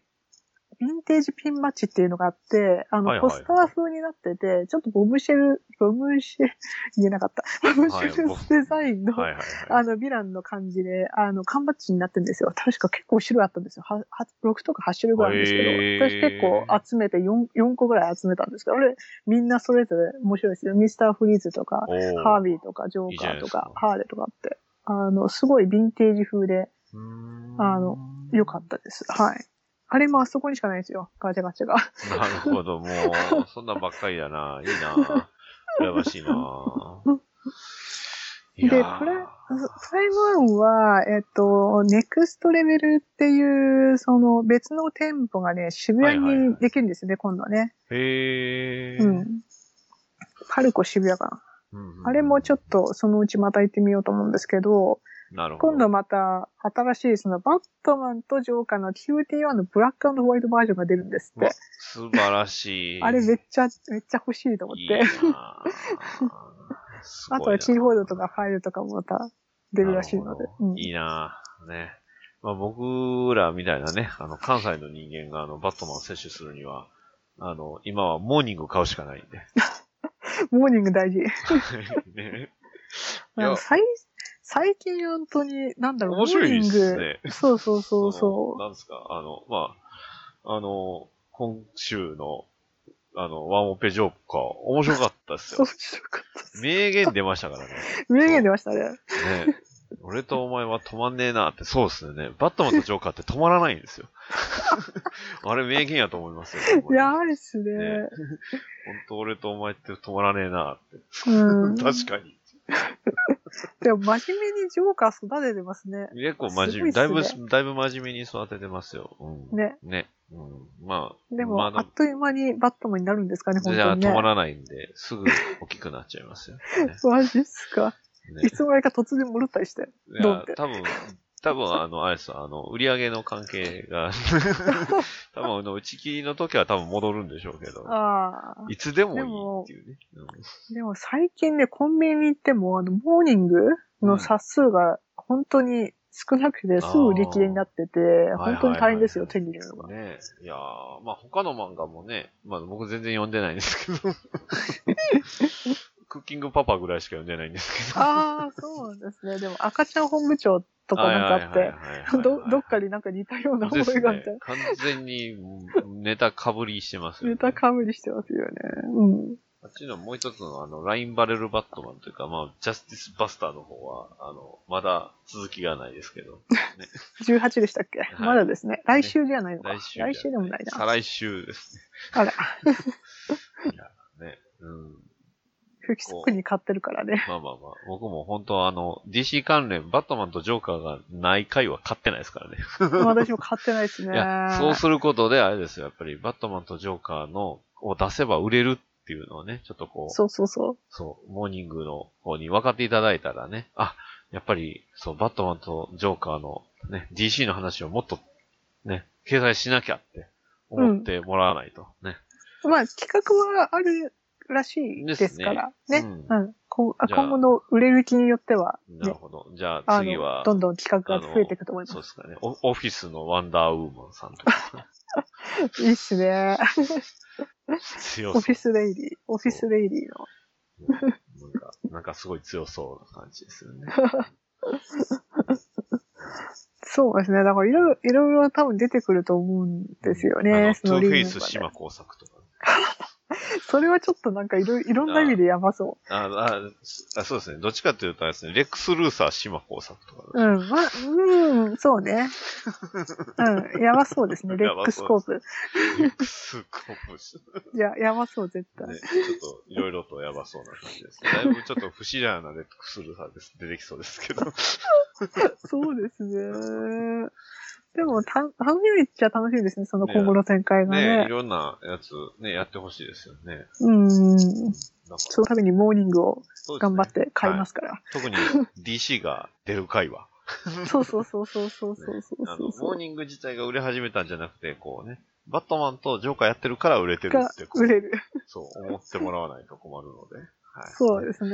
[SPEAKER 5] ヴィンテージピンマッチっていうのがあって、あの、
[SPEAKER 4] はいはいはい
[SPEAKER 5] ポスター風になってて、ちょっとボムシェル、ボムシェル、言えなかった。ボムシェルデザインの、
[SPEAKER 4] はいはいは
[SPEAKER 5] あの、ヴィランの感じで、あの、缶バッジになってるんですよ。確か結構種類あったんですよ。はは6とか8種類ぐらいあるんです
[SPEAKER 4] へ
[SPEAKER 5] け
[SPEAKER 4] ー
[SPEAKER 5] ど、私結構集めて 4, 4個ぐらい集めたんですけど、俺、みんなそれぞれ面白いですよ。ミスターフリーズとか、
[SPEAKER 4] い。
[SPEAKER 5] ハー
[SPEAKER 4] ビ
[SPEAKER 5] ビーとか、ジョ
[SPEAKER 4] い
[SPEAKER 5] ーカーとか
[SPEAKER 4] いじゃないですか、
[SPEAKER 5] ハーレーとかあって、あの、すごいヴィンテージ風で
[SPEAKER 4] ー
[SPEAKER 5] あの、良かったです。はい。あれもあそこにしかないんですよ。ガチャガチャが。 [laughs]
[SPEAKER 4] た。 [laughs] なるほど、もう、そんなんばっかりだな。いいなぁ。羨ましいなぁ。い
[SPEAKER 5] で、
[SPEAKER 4] やー
[SPEAKER 5] プラプライムワンは、えっと、ネクストレベルっていう、その別の店舗がね、渋谷
[SPEAKER 4] はいはいはい
[SPEAKER 5] にできるんですね、今度はね。
[SPEAKER 4] へ
[SPEAKER 5] う
[SPEAKER 4] ー
[SPEAKER 5] ん。パルコ渋谷か
[SPEAKER 4] うんうん
[SPEAKER 5] な。あれもちょっと、そのうちまた行ってみようと思うんですけど、
[SPEAKER 4] なるほど。
[SPEAKER 5] 今度また、新しい、その、バットマンとジョーカーの QT1 のブラックホワイトバージョンが出るんですっ
[SPEAKER 4] うわ
[SPEAKER 5] て。
[SPEAKER 4] 素晴らしい。
[SPEAKER 5] [laughs] あれめっちゃ、めっちゃ欲しいと思
[SPEAKER 4] い
[SPEAKER 5] っ
[SPEAKER 4] い
[SPEAKER 5] て。
[SPEAKER 4] なぁすごいなぁ
[SPEAKER 5] [laughs] あとはキーホードとかファイルとかもまた出るらしいの
[SPEAKER 4] な
[SPEAKER 5] で
[SPEAKER 4] る。ほ
[SPEAKER 5] う
[SPEAKER 4] ど
[SPEAKER 5] ん
[SPEAKER 4] いいなぁね。まあ、僕らみたいなね、あの、関西の人間が、あの、バットマンを摂取するには、あの、今はモーニング買うしかないん
[SPEAKER 5] [laughs]
[SPEAKER 4] で。
[SPEAKER 5] モーニング大事。
[SPEAKER 4] ね、い
[SPEAKER 5] あ
[SPEAKER 4] や
[SPEAKER 5] の、最、最近本当に、なんだろう、
[SPEAKER 4] 面白いっす
[SPEAKER 5] モーニン
[SPEAKER 4] ね。
[SPEAKER 5] グ。そうそうそう
[SPEAKER 4] の
[SPEAKER 5] そ
[SPEAKER 4] なんですか、あの、まあ、あの、今週の、あの、ワンオペジョーカー、面白かったっ
[SPEAKER 5] う。
[SPEAKER 4] す
[SPEAKER 5] そう
[SPEAKER 4] よ。
[SPEAKER 5] 白かったです。
[SPEAKER 4] 名言出ましたからね。
[SPEAKER 5] 名言出ましたね。
[SPEAKER 4] ね俺とお前は止まんねえなって、そうですよね。バットマンとジョーカーって止まらないんですよ。 [laughs] あれ名言やと思いますよ。ほ
[SPEAKER 5] い
[SPEAKER 4] んまに
[SPEAKER 5] や、あれっす
[SPEAKER 4] ね
[SPEAKER 5] ね。
[SPEAKER 4] ほんと俺とお前って止まらねえなって。
[SPEAKER 5] うん。
[SPEAKER 4] 確かに。
[SPEAKER 5] でも真面目にジョーカー育ててますね。
[SPEAKER 4] 結構真面目、
[SPEAKER 5] す
[SPEAKER 4] だい
[SPEAKER 5] ごい
[SPEAKER 4] ぶ、
[SPEAKER 5] っす
[SPEAKER 4] だいぶ真面目に育ててますよ。うん、
[SPEAKER 5] ね。
[SPEAKER 4] ね。うん、まあ、
[SPEAKER 5] でも、
[SPEAKER 4] ま
[SPEAKER 5] あ、
[SPEAKER 4] あ、
[SPEAKER 5] っという間にバットマンになるんですかね、本
[SPEAKER 4] じゃ
[SPEAKER 5] 当
[SPEAKER 4] あ
[SPEAKER 5] に
[SPEAKER 4] 止ま
[SPEAKER 5] ね。
[SPEAKER 4] らないんで、すぐ大きくなっちゃいます
[SPEAKER 5] [laughs]
[SPEAKER 4] よ。ね
[SPEAKER 5] マジっすか。
[SPEAKER 4] ね
[SPEAKER 5] いつの間にか突然戻ったりして。
[SPEAKER 4] い
[SPEAKER 5] ドン
[SPEAKER 4] や
[SPEAKER 5] って、
[SPEAKER 4] 多分、多分、あの、あれですあの、売り上げの関係が、
[SPEAKER 5] [laughs]
[SPEAKER 4] 多分、あの、打ち切りの時は多分戻るんでしょうけど、
[SPEAKER 5] ああ。
[SPEAKER 4] いつでもいいっていうね。
[SPEAKER 5] でも最近ね、コンビニに行っても、あの、モーニング
[SPEAKER 4] う
[SPEAKER 5] の
[SPEAKER 4] ん
[SPEAKER 5] 冊数が本当に少なくて、すぐ売り切れになってて、
[SPEAKER 4] はいはい
[SPEAKER 5] 本当に大変ですよ、手に入れるの
[SPEAKER 4] うん
[SPEAKER 5] が。
[SPEAKER 4] ねいやーまあ他の漫画もね、まあ僕全然読んでないんですけ
[SPEAKER 5] [laughs]
[SPEAKER 4] ど、クッキングパパぐらいしか読んでないんですけど。
[SPEAKER 5] ああ、そうなんですね。でも赤ちゃん本部長とかなんかあって、
[SPEAKER 4] て
[SPEAKER 5] ど、どっかになんか似たような思
[SPEAKER 4] で
[SPEAKER 5] い
[SPEAKER 4] す
[SPEAKER 5] があっ
[SPEAKER 4] ね
[SPEAKER 5] て、、
[SPEAKER 4] 完全にネタかぶりしてますよ、ね。
[SPEAKER 5] ネタかぶりしてますよね。うん。
[SPEAKER 4] あっちのもう一つのあの、ラインバレルバットマンというか、まあ、ジャスティスバスターの方は、あの、まだ続きがないですけど、
[SPEAKER 5] 18でしたっけ、
[SPEAKER 4] い
[SPEAKER 5] まだですね。来週じゃないのか。
[SPEAKER 4] 来
[SPEAKER 5] 来
[SPEAKER 4] 週じゃな
[SPEAKER 5] 週
[SPEAKER 4] い
[SPEAKER 5] でもない
[SPEAKER 4] 再
[SPEAKER 5] な。
[SPEAKER 4] 来週です
[SPEAKER 5] あら、
[SPEAKER 4] ね。ね。うん。
[SPEAKER 5] 不規則に買ってるから
[SPEAKER 4] [laughs]
[SPEAKER 5] ね。
[SPEAKER 4] まあまあまあ、僕も本当はあの、DC 関連、バットマンとジョーカーがない回は買ってないですからね。
[SPEAKER 5] 私も買ってないです
[SPEAKER 4] [laughs]
[SPEAKER 5] ね。
[SPEAKER 4] いや、そうすることで、あれですよ、やっぱり、バットマンとジョーカーの、を出せば売れるっていうのをね、ちょっとこう、
[SPEAKER 5] そうそうそう。
[SPEAKER 4] そう、モーニングの方に分かっていただいたらね、あ、やっぱり、そう、バットマンとジョーカーのね、DC の話をもっとね、掲載しなきゃって思ってもらわないとね。
[SPEAKER 5] まあ、企画はあるらしいですから
[SPEAKER 4] で
[SPEAKER 5] ね。
[SPEAKER 4] すね
[SPEAKER 5] うん、こう
[SPEAKER 4] じゃあ
[SPEAKER 5] 今後の売れ行きによっては、
[SPEAKER 4] なる
[SPEAKER 5] ね、
[SPEAKER 4] ほど。じゃあ
[SPEAKER 5] あ
[SPEAKER 4] 次は
[SPEAKER 5] の、、どんどん企画が増えていくと思い
[SPEAKER 4] そう
[SPEAKER 5] ま
[SPEAKER 4] ですかねオ、オフィスのワンダーウーマンさんとか、
[SPEAKER 5] す。いいっすね。
[SPEAKER 4] 強
[SPEAKER 5] オフ
[SPEAKER 4] そう
[SPEAKER 5] ィ。スレイリー、オフィスレイリーの。
[SPEAKER 4] なんか、なんかすごい強そうな感じですよね。
[SPEAKER 5] そうですね。だからいろいろ、いろいろ多分出てくると思うんですよ
[SPEAKER 4] あ
[SPEAKER 5] ね
[SPEAKER 4] の。
[SPEAKER 5] その
[SPEAKER 4] トゥー
[SPEAKER 5] リ
[SPEAKER 4] フェ
[SPEAKER 5] ー
[SPEAKER 4] イ
[SPEAKER 5] グ
[SPEAKER 4] ス
[SPEAKER 5] まで
[SPEAKER 4] 島工作とか、
[SPEAKER 5] それはちょっとなんかいろいろんな意味でやばそ
[SPEAKER 4] ああすあそうですね。どっちかというとあれですね、レックス・ルーサー・島耕作とか
[SPEAKER 5] う。うん、まあ、うん、そう
[SPEAKER 4] [laughs]
[SPEAKER 5] ね。うん、やばそうですね、レ
[SPEAKER 4] や
[SPEAKER 5] ッ
[SPEAKER 4] ば
[SPEAKER 5] クス
[SPEAKER 4] そう
[SPEAKER 5] コープ。
[SPEAKER 4] レックス・コープス。
[SPEAKER 5] いや、やばそう、絶対。
[SPEAKER 4] ね、ちょっといろいろとやばそうな感じですね。だいぶちょっと不自然なレックス・ルーサーです出てきそうです
[SPEAKER 5] [laughs]
[SPEAKER 4] けど。
[SPEAKER 5] そうですね。でも、た、楽しみっちゃ楽しみですね、その今後の展開が
[SPEAKER 4] ね
[SPEAKER 5] ね
[SPEAKER 4] い。ろんなやつ、ね、やってほしいですよね。
[SPEAKER 5] うん。
[SPEAKER 4] なんか
[SPEAKER 5] そのためにモーニングを
[SPEAKER 4] そうですね
[SPEAKER 5] 頑
[SPEAKER 4] [laughs]
[SPEAKER 5] 張って買いますから。
[SPEAKER 4] 特に DC が出る回は。
[SPEAKER 5] そうそうそうそうそうそうそう
[SPEAKER 4] あ
[SPEAKER 5] そ
[SPEAKER 4] の
[SPEAKER 5] う、
[SPEAKER 4] モーニング自体が売れ始めたんじゃなくて、こうね、バットマンとジョーカーやってるから売れてる
[SPEAKER 5] が
[SPEAKER 4] って、こう
[SPEAKER 5] 売れる。
[SPEAKER 4] そう、思ってもらわないと困るので。はい、
[SPEAKER 5] そうですね。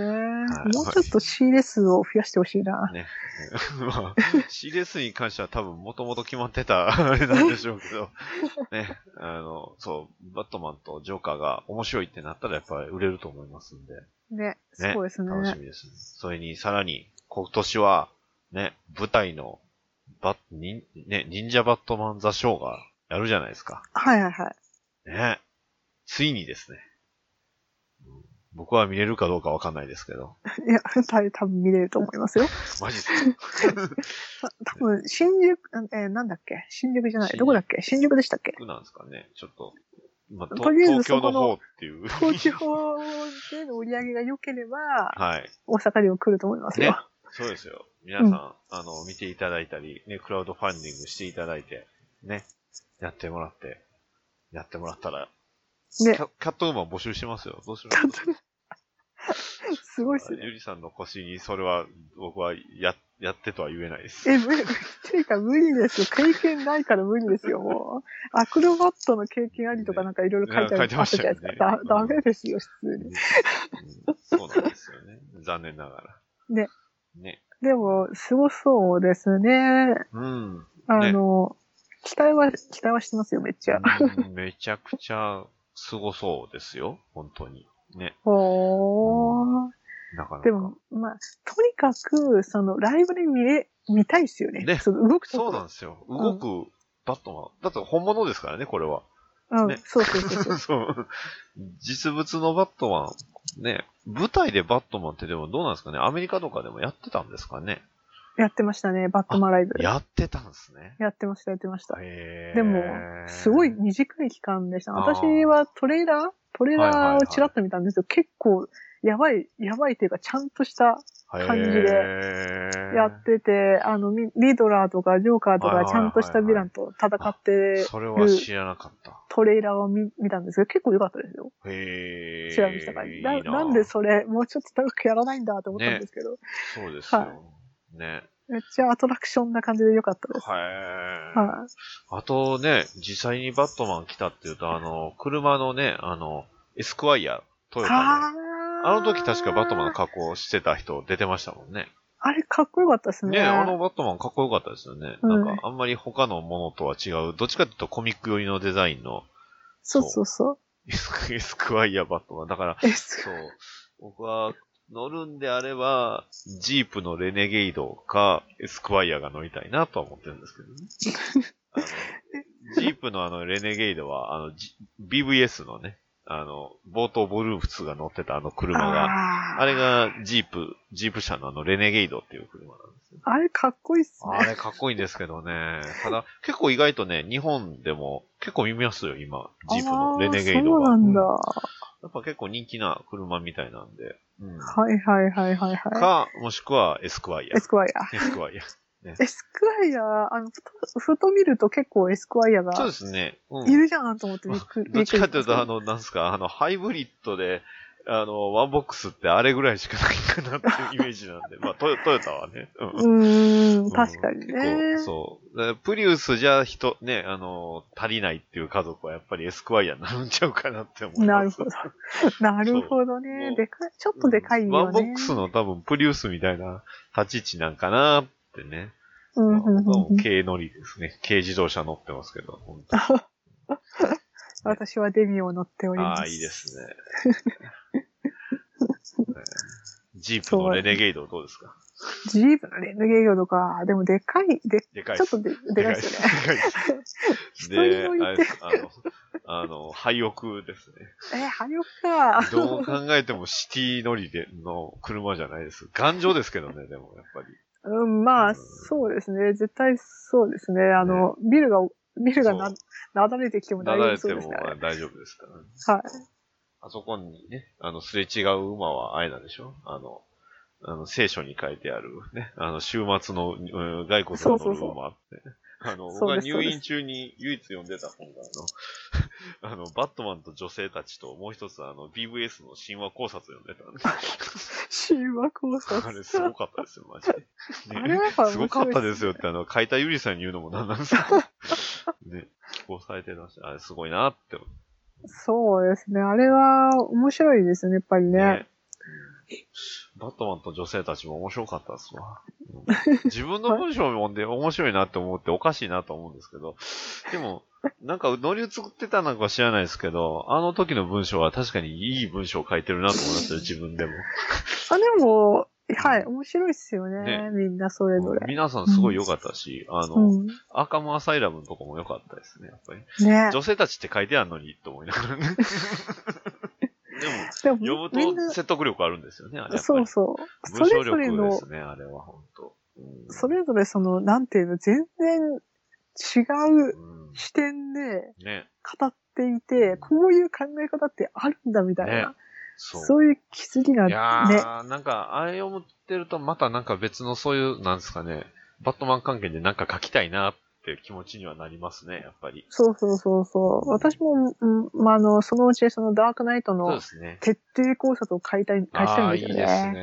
[SPEAKER 4] い
[SPEAKER 5] もうちょっと C 数を増やしてほしいな。
[SPEAKER 4] ね。 [laughs] まあ、CS に関しては多分もともと決まってた [laughs] あれなんでしょうけど、ね。あの、そう、バットマンとジョーカーが面白いってなったらやっぱり売れると思いますんで、
[SPEAKER 5] ね。そうですね。
[SPEAKER 4] 楽しみですね。それにさらに、今年は、ね、舞台の、バッ、忍ね、忍者バットマンザショーがやるじゃないですか。
[SPEAKER 5] はいはいはい。
[SPEAKER 4] ね。ついにですね。うん僕は見れるかどうかわかんないですけど。
[SPEAKER 5] いや、多多分見れると思いますよ。
[SPEAKER 4] マジっすか [laughs]
[SPEAKER 5] た多分新宿、えーなんだっけ新宿じゃない。どこだっけ新宿でしたっけ
[SPEAKER 4] 僕なんですかね、ちょっと。まあ、と
[SPEAKER 5] とりあえず
[SPEAKER 4] 東京の
[SPEAKER 5] そこ
[SPEAKER 4] 方
[SPEAKER 5] の
[SPEAKER 4] っていう。
[SPEAKER 5] 東京での売り上げが良ければ、
[SPEAKER 4] [laughs]
[SPEAKER 5] [laughs]
[SPEAKER 4] はい。
[SPEAKER 5] 大阪にも来ると思いますよ。
[SPEAKER 4] ね。そうですよ。皆さん、
[SPEAKER 5] うん
[SPEAKER 4] あの、見ていただいたり、ね、クラウドファンディングしていただいて、ね、やってもらって、やってもらったら、
[SPEAKER 5] ね
[SPEAKER 4] キャキャットウーマン募集してますよ。どうしよ
[SPEAKER 5] キャ
[SPEAKER 4] う
[SPEAKER 5] ッ。トすごいっすね。
[SPEAKER 4] ゆりさんの腰にそれは、僕はや、やってとは言えないです。
[SPEAKER 5] え、無理、っていうか無理ですよ。経験ないから無理ですよ、もう。アクロバットの経験ありとかなんかいろいろ書いてあ
[SPEAKER 4] ね書い
[SPEAKER 5] る
[SPEAKER 4] て
[SPEAKER 5] あ
[SPEAKER 4] ま
[SPEAKER 5] った
[SPEAKER 4] し
[SPEAKER 5] じ
[SPEAKER 4] た
[SPEAKER 5] ゃ
[SPEAKER 4] よね
[SPEAKER 5] ないですか。だ、ダメですよ、普通に。
[SPEAKER 4] うんそうなんですよね。残念ながら。
[SPEAKER 5] ね。
[SPEAKER 4] ね。
[SPEAKER 5] でも、すごそうですね。
[SPEAKER 4] うん。
[SPEAKER 5] あの、期待は、期待はしてますよ、めっちゃ。
[SPEAKER 4] うんめちゃくちゃ凄そうですよ。本当に。ね。
[SPEAKER 5] おー。
[SPEAKER 4] なかなか。
[SPEAKER 5] でも、まあ、とにかく、その、ライブで見れ、見たいっすよね。
[SPEAKER 4] ね
[SPEAKER 5] その動くとこ
[SPEAKER 4] そうなんですよ。動くバットマン。だって本物ですからね、これは。
[SPEAKER 5] うん、
[SPEAKER 4] ね
[SPEAKER 5] そうそうそう
[SPEAKER 4] [laughs]
[SPEAKER 5] そう。
[SPEAKER 4] そう。実物のバットマン。ね。舞台でバットマンってでもどうなんですかねアメリカとかでもやってたんですかね
[SPEAKER 5] やってましたね、バットマンライブ。
[SPEAKER 4] やってたんですね。
[SPEAKER 5] やってました、やってました。
[SPEAKER 4] へー
[SPEAKER 5] でも、すごい短い期間でした。
[SPEAKER 4] あー
[SPEAKER 5] 私はトレーラートレーラーをちらっと見たんですけど、結構、やばい、やばいというか、ちゃんとした感じでやっ。てて、あの、ミミドラーとかジョーカーと
[SPEAKER 4] はいはい
[SPEAKER 5] か、
[SPEAKER 4] はい
[SPEAKER 5] ちゃんとしたヴィランと戦って
[SPEAKER 4] へー
[SPEAKER 5] る
[SPEAKER 4] それは知らなかった。
[SPEAKER 5] トレーラーを見見たんですけど、結構良かったですよ。
[SPEAKER 4] へー
[SPEAKER 5] 調べた感じ。ない
[SPEAKER 4] い
[SPEAKER 5] なんでそれ、もうちょっと高くやらないんだと思ったんですけど、
[SPEAKER 4] そうですよ。
[SPEAKER 5] は
[SPEAKER 4] ね。
[SPEAKER 5] めっちゃアトラクションな感じで良かったです。
[SPEAKER 4] はい。
[SPEAKER 5] は
[SPEAKER 4] あとね、実際にバットマン来たっていうと、あの、車のね、あの、エスクワイア、ト
[SPEAKER 5] い。
[SPEAKER 4] ヨ
[SPEAKER 5] あ
[SPEAKER 4] タの。
[SPEAKER 5] ー
[SPEAKER 4] あの時確かバットマンの格好してた人出てましたもんね。
[SPEAKER 5] あれかっこよかったですね。
[SPEAKER 4] ね、あのバットマンかっこよかったですよね。
[SPEAKER 5] うん
[SPEAKER 4] なんかあんまり他のものとは違う、どっちかっていうとコミック寄りのデザインの
[SPEAKER 5] そうそうそう。
[SPEAKER 4] エスエスクワイアバットマン。だから、
[SPEAKER 5] え、す
[SPEAKER 4] そう、僕は乗るんであれば、ジープのレネゲイドかエスクワイアが乗りたいなとは思ってるんですけどね。
[SPEAKER 5] [laughs]
[SPEAKER 4] あのジープのあの、レネゲイドは、あの、G- BVS のね、あの、冒頭ボルーム2が乗ってたあの車が、
[SPEAKER 5] あー
[SPEAKER 4] あれがジープ、ジープ車のあの、レネゲイドっていう車なんですよ。
[SPEAKER 5] あれかっこいいっす
[SPEAKER 4] あ
[SPEAKER 5] ね。
[SPEAKER 4] れかっこいいんですけどね。ただ、結構意外とね、日本でも結構耳ますよ、今。ジープのレネゲイド
[SPEAKER 5] あー
[SPEAKER 4] が。
[SPEAKER 5] そうなんだ。
[SPEAKER 4] うん
[SPEAKER 5] は
[SPEAKER 4] やっぱ結構人気な車みたいなんで。うん、
[SPEAKER 5] いはいはいはいは
[SPEAKER 4] か、もしくはエスクワイ
[SPEAKER 5] い。
[SPEAKER 4] ア
[SPEAKER 5] エ。スクワイ
[SPEAKER 4] エスクワイア。
[SPEAKER 5] [laughs] ア。エスクワイア、あの、ふと、ふと見ると結構エスクワイア
[SPEAKER 4] そう
[SPEAKER 5] が
[SPEAKER 4] ですね。うん [laughs]
[SPEAKER 5] いるじゃんと思ってびっくり。
[SPEAKER 4] どっちかっていうと、あの、
[SPEAKER 5] の、
[SPEAKER 4] なんすか、あの、ハイブリッドで、あの、ワンボックスってあれぐらいしかないかなっていうイメージなんで、 [laughs] まあ、トヨトヨタはね。うん
[SPEAKER 5] うーん、
[SPEAKER 4] うん
[SPEAKER 5] 確かにね。
[SPEAKER 4] 結構そう。だからプリウスじゃ人、ね、あの、足りないっていう家族はやっぱりエスクワイアになるんちゃうかなって思います。
[SPEAKER 5] なるほど。なるほど
[SPEAKER 4] も
[SPEAKER 5] ね。
[SPEAKER 4] う
[SPEAKER 5] でかい、ちょっとでかいよね。
[SPEAKER 4] ワンボックスの多分プリウスみたいな立ち位置なんかなってね。
[SPEAKER 5] うんうんうんうん
[SPEAKER 4] 軽乗りですね。軽自動車乗ってますけど、本当に
[SPEAKER 5] 私はデミを乗っております。
[SPEAKER 4] ああ、いいで。すね。 [laughs] ねジープのレネゲイドどうですか
[SPEAKER 5] ジープのレンゲードか。でもでかい、で、
[SPEAKER 4] でかい
[SPEAKER 5] ちょっとででかいっすよね。
[SPEAKER 4] でかいです。
[SPEAKER 5] 一
[SPEAKER 4] で、
[SPEAKER 5] 人乗
[SPEAKER 4] あれ
[SPEAKER 5] り
[SPEAKER 4] で
[SPEAKER 5] です
[SPEAKER 4] あの、あの、廃屋ですね。
[SPEAKER 5] え、廃屋か。
[SPEAKER 4] どう考えてもシティ乗りでの車じゃないです。頑丈ですけどね、でもやっぱり。
[SPEAKER 5] うん、まあ、そうですね。絶対そうですね。あの、ビルが、ビルがな
[SPEAKER 4] そう、
[SPEAKER 5] なだれてきても
[SPEAKER 4] な
[SPEAKER 5] 大
[SPEAKER 4] だ
[SPEAKER 5] 丈夫
[SPEAKER 4] れ
[SPEAKER 5] そ
[SPEAKER 4] て
[SPEAKER 5] うです
[SPEAKER 4] も
[SPEAKER 5] ね。
[SPEAKER 4] まあ大丈夫ですからね。
[SPEAKER 5] はい。
[SPEAKER 4] あそこにね、あの、すれ違う馬はあれなんでしょあの、あの、聖書に書いてあるね、あの、週末の、うん、骸骨
[SPEAKER 5] そう
[SPEAKER 4] の
[SPEAKER 5] そ
[SPEAKER 4] 乗
[SPEAKER 5] うそ
[SPEAKER 4] る
[SPEAKER 5] う
[SPEAKER 4] 馬って。あの、僕
[SPEAKER 5] そう
[SPEAKER 4] が
[SPEAKER 5] です
[SPEAKER 4] 入院中に唯一読んでた本が、あの、あ [laughs] の、バットマンと女性たちと、もう一つ、あの、BVS の神話考察読んでたんです。
[SPEAKER 5] 神話考察。
[SPEAKER 4] あれ、すごかったですよ、マジで。ね
[SPEAKER 5] あれはやっぱ面白いですね
[SPEAKER 4] すごかったですよって、あの、書いたゆりさんに言うのもなんなんです
[SPEAKER 5] [laughs]
[SPEAKER 4] けど。ね、こうされてました。あれ、すごいなって思って
[SPEAKER 5] そうですね。あれは面白いですね、やっぱりね。
[SPEAKER 4] ね。バットマンと女性たちも面白かったですわ。うん自分の文章を読んで面白いなって思っておかしいなと思うんですけど、でも、なんか乗り移ってたなんかは知らないですけど、あの時の文章は確かにいい文章を書いてるなと思いま
[SPEAKER 5] [laughs]
[SPEAKER 4] したよ、自分でも。
[SPEAKER 5] あ、でも、はい、面白いっすよ
[SPEAKER 4] ね
[SPEAKER 5] ね。みんなそれぞれ。
[SPEAKER 4] 皆さんすごい良かったし、あの、
[SPEAKER 5] うん。
[SPEAKER 4] アーカムアサイラムのとこも良かったですね、やっぱり。
[SPEAKER 5] ね。
[SPEAKER 4] 女性たちって書いてあるのに、と思いながら
[SPEAKER 5] [laughs]
[SPEAKER 4] ね。
[SPEAKER 5] で
[SPEAKER 4] でも、
[SPEAKER 5] も、み
[SPEAKER 4] 読
[SPEAKER 5] んな
[SPEAKER 4] むと、説得力あるんですよね、あれやっぱ
[SPEAKER 5] そう
[SPEAKER 4] り。
[SPEAKER 5] そう。そ
[SPEAKER 4] 文章
[SPEAKER 5] れぞれ
[SPEAKER 4] 力で
[SPEAKER 5] の
[SPEAKER 4] す、ね、あれは、本当うん
[SPEAKER 5] それぞれその、なんていうの、全然違う
[SPEAKER 4] うん
[SPEAKER 5] 視点で
[SPEAKER 4] ね、
[SPEAKER 5] 語っていて、こういう考え方ってあるんだみたいな。
[SPEAKER 4] ねそう。
[SPEAKER 5] そういう気づきが
[SPEAKER 4] いや
[SPEAKER 5] ね。
[SPEAKER 4] ー、なんか、あれ読ってると、またなんか別のそういう、なんですかね、バットマン関係でなんか書きたいなって気持ちにはなりますね、やっぱり。
[SPEAKER 5] そうそうそうそう。私も、うんまあ、あの、そのうちそのダークナイト
[SPEAKER 4] そうで
[SPEAKER 5] の
[SPEAKER 4] すね。
[SPEAKER 5] 徹底考察を書いたい、書いた
[SPEAKER 4] ああ
[SPEAKER 5] い
[SPEAKER 4] ー、
[SPEAKER 5] ん
[SPEAKER 4] い
[SPEAKER 5] で
[SPEAKER 4] い
[SPEAKER 5] す
[SPEAKER 4] で
[SPEAKER 5] よね。
[SPEAKER 4] すね。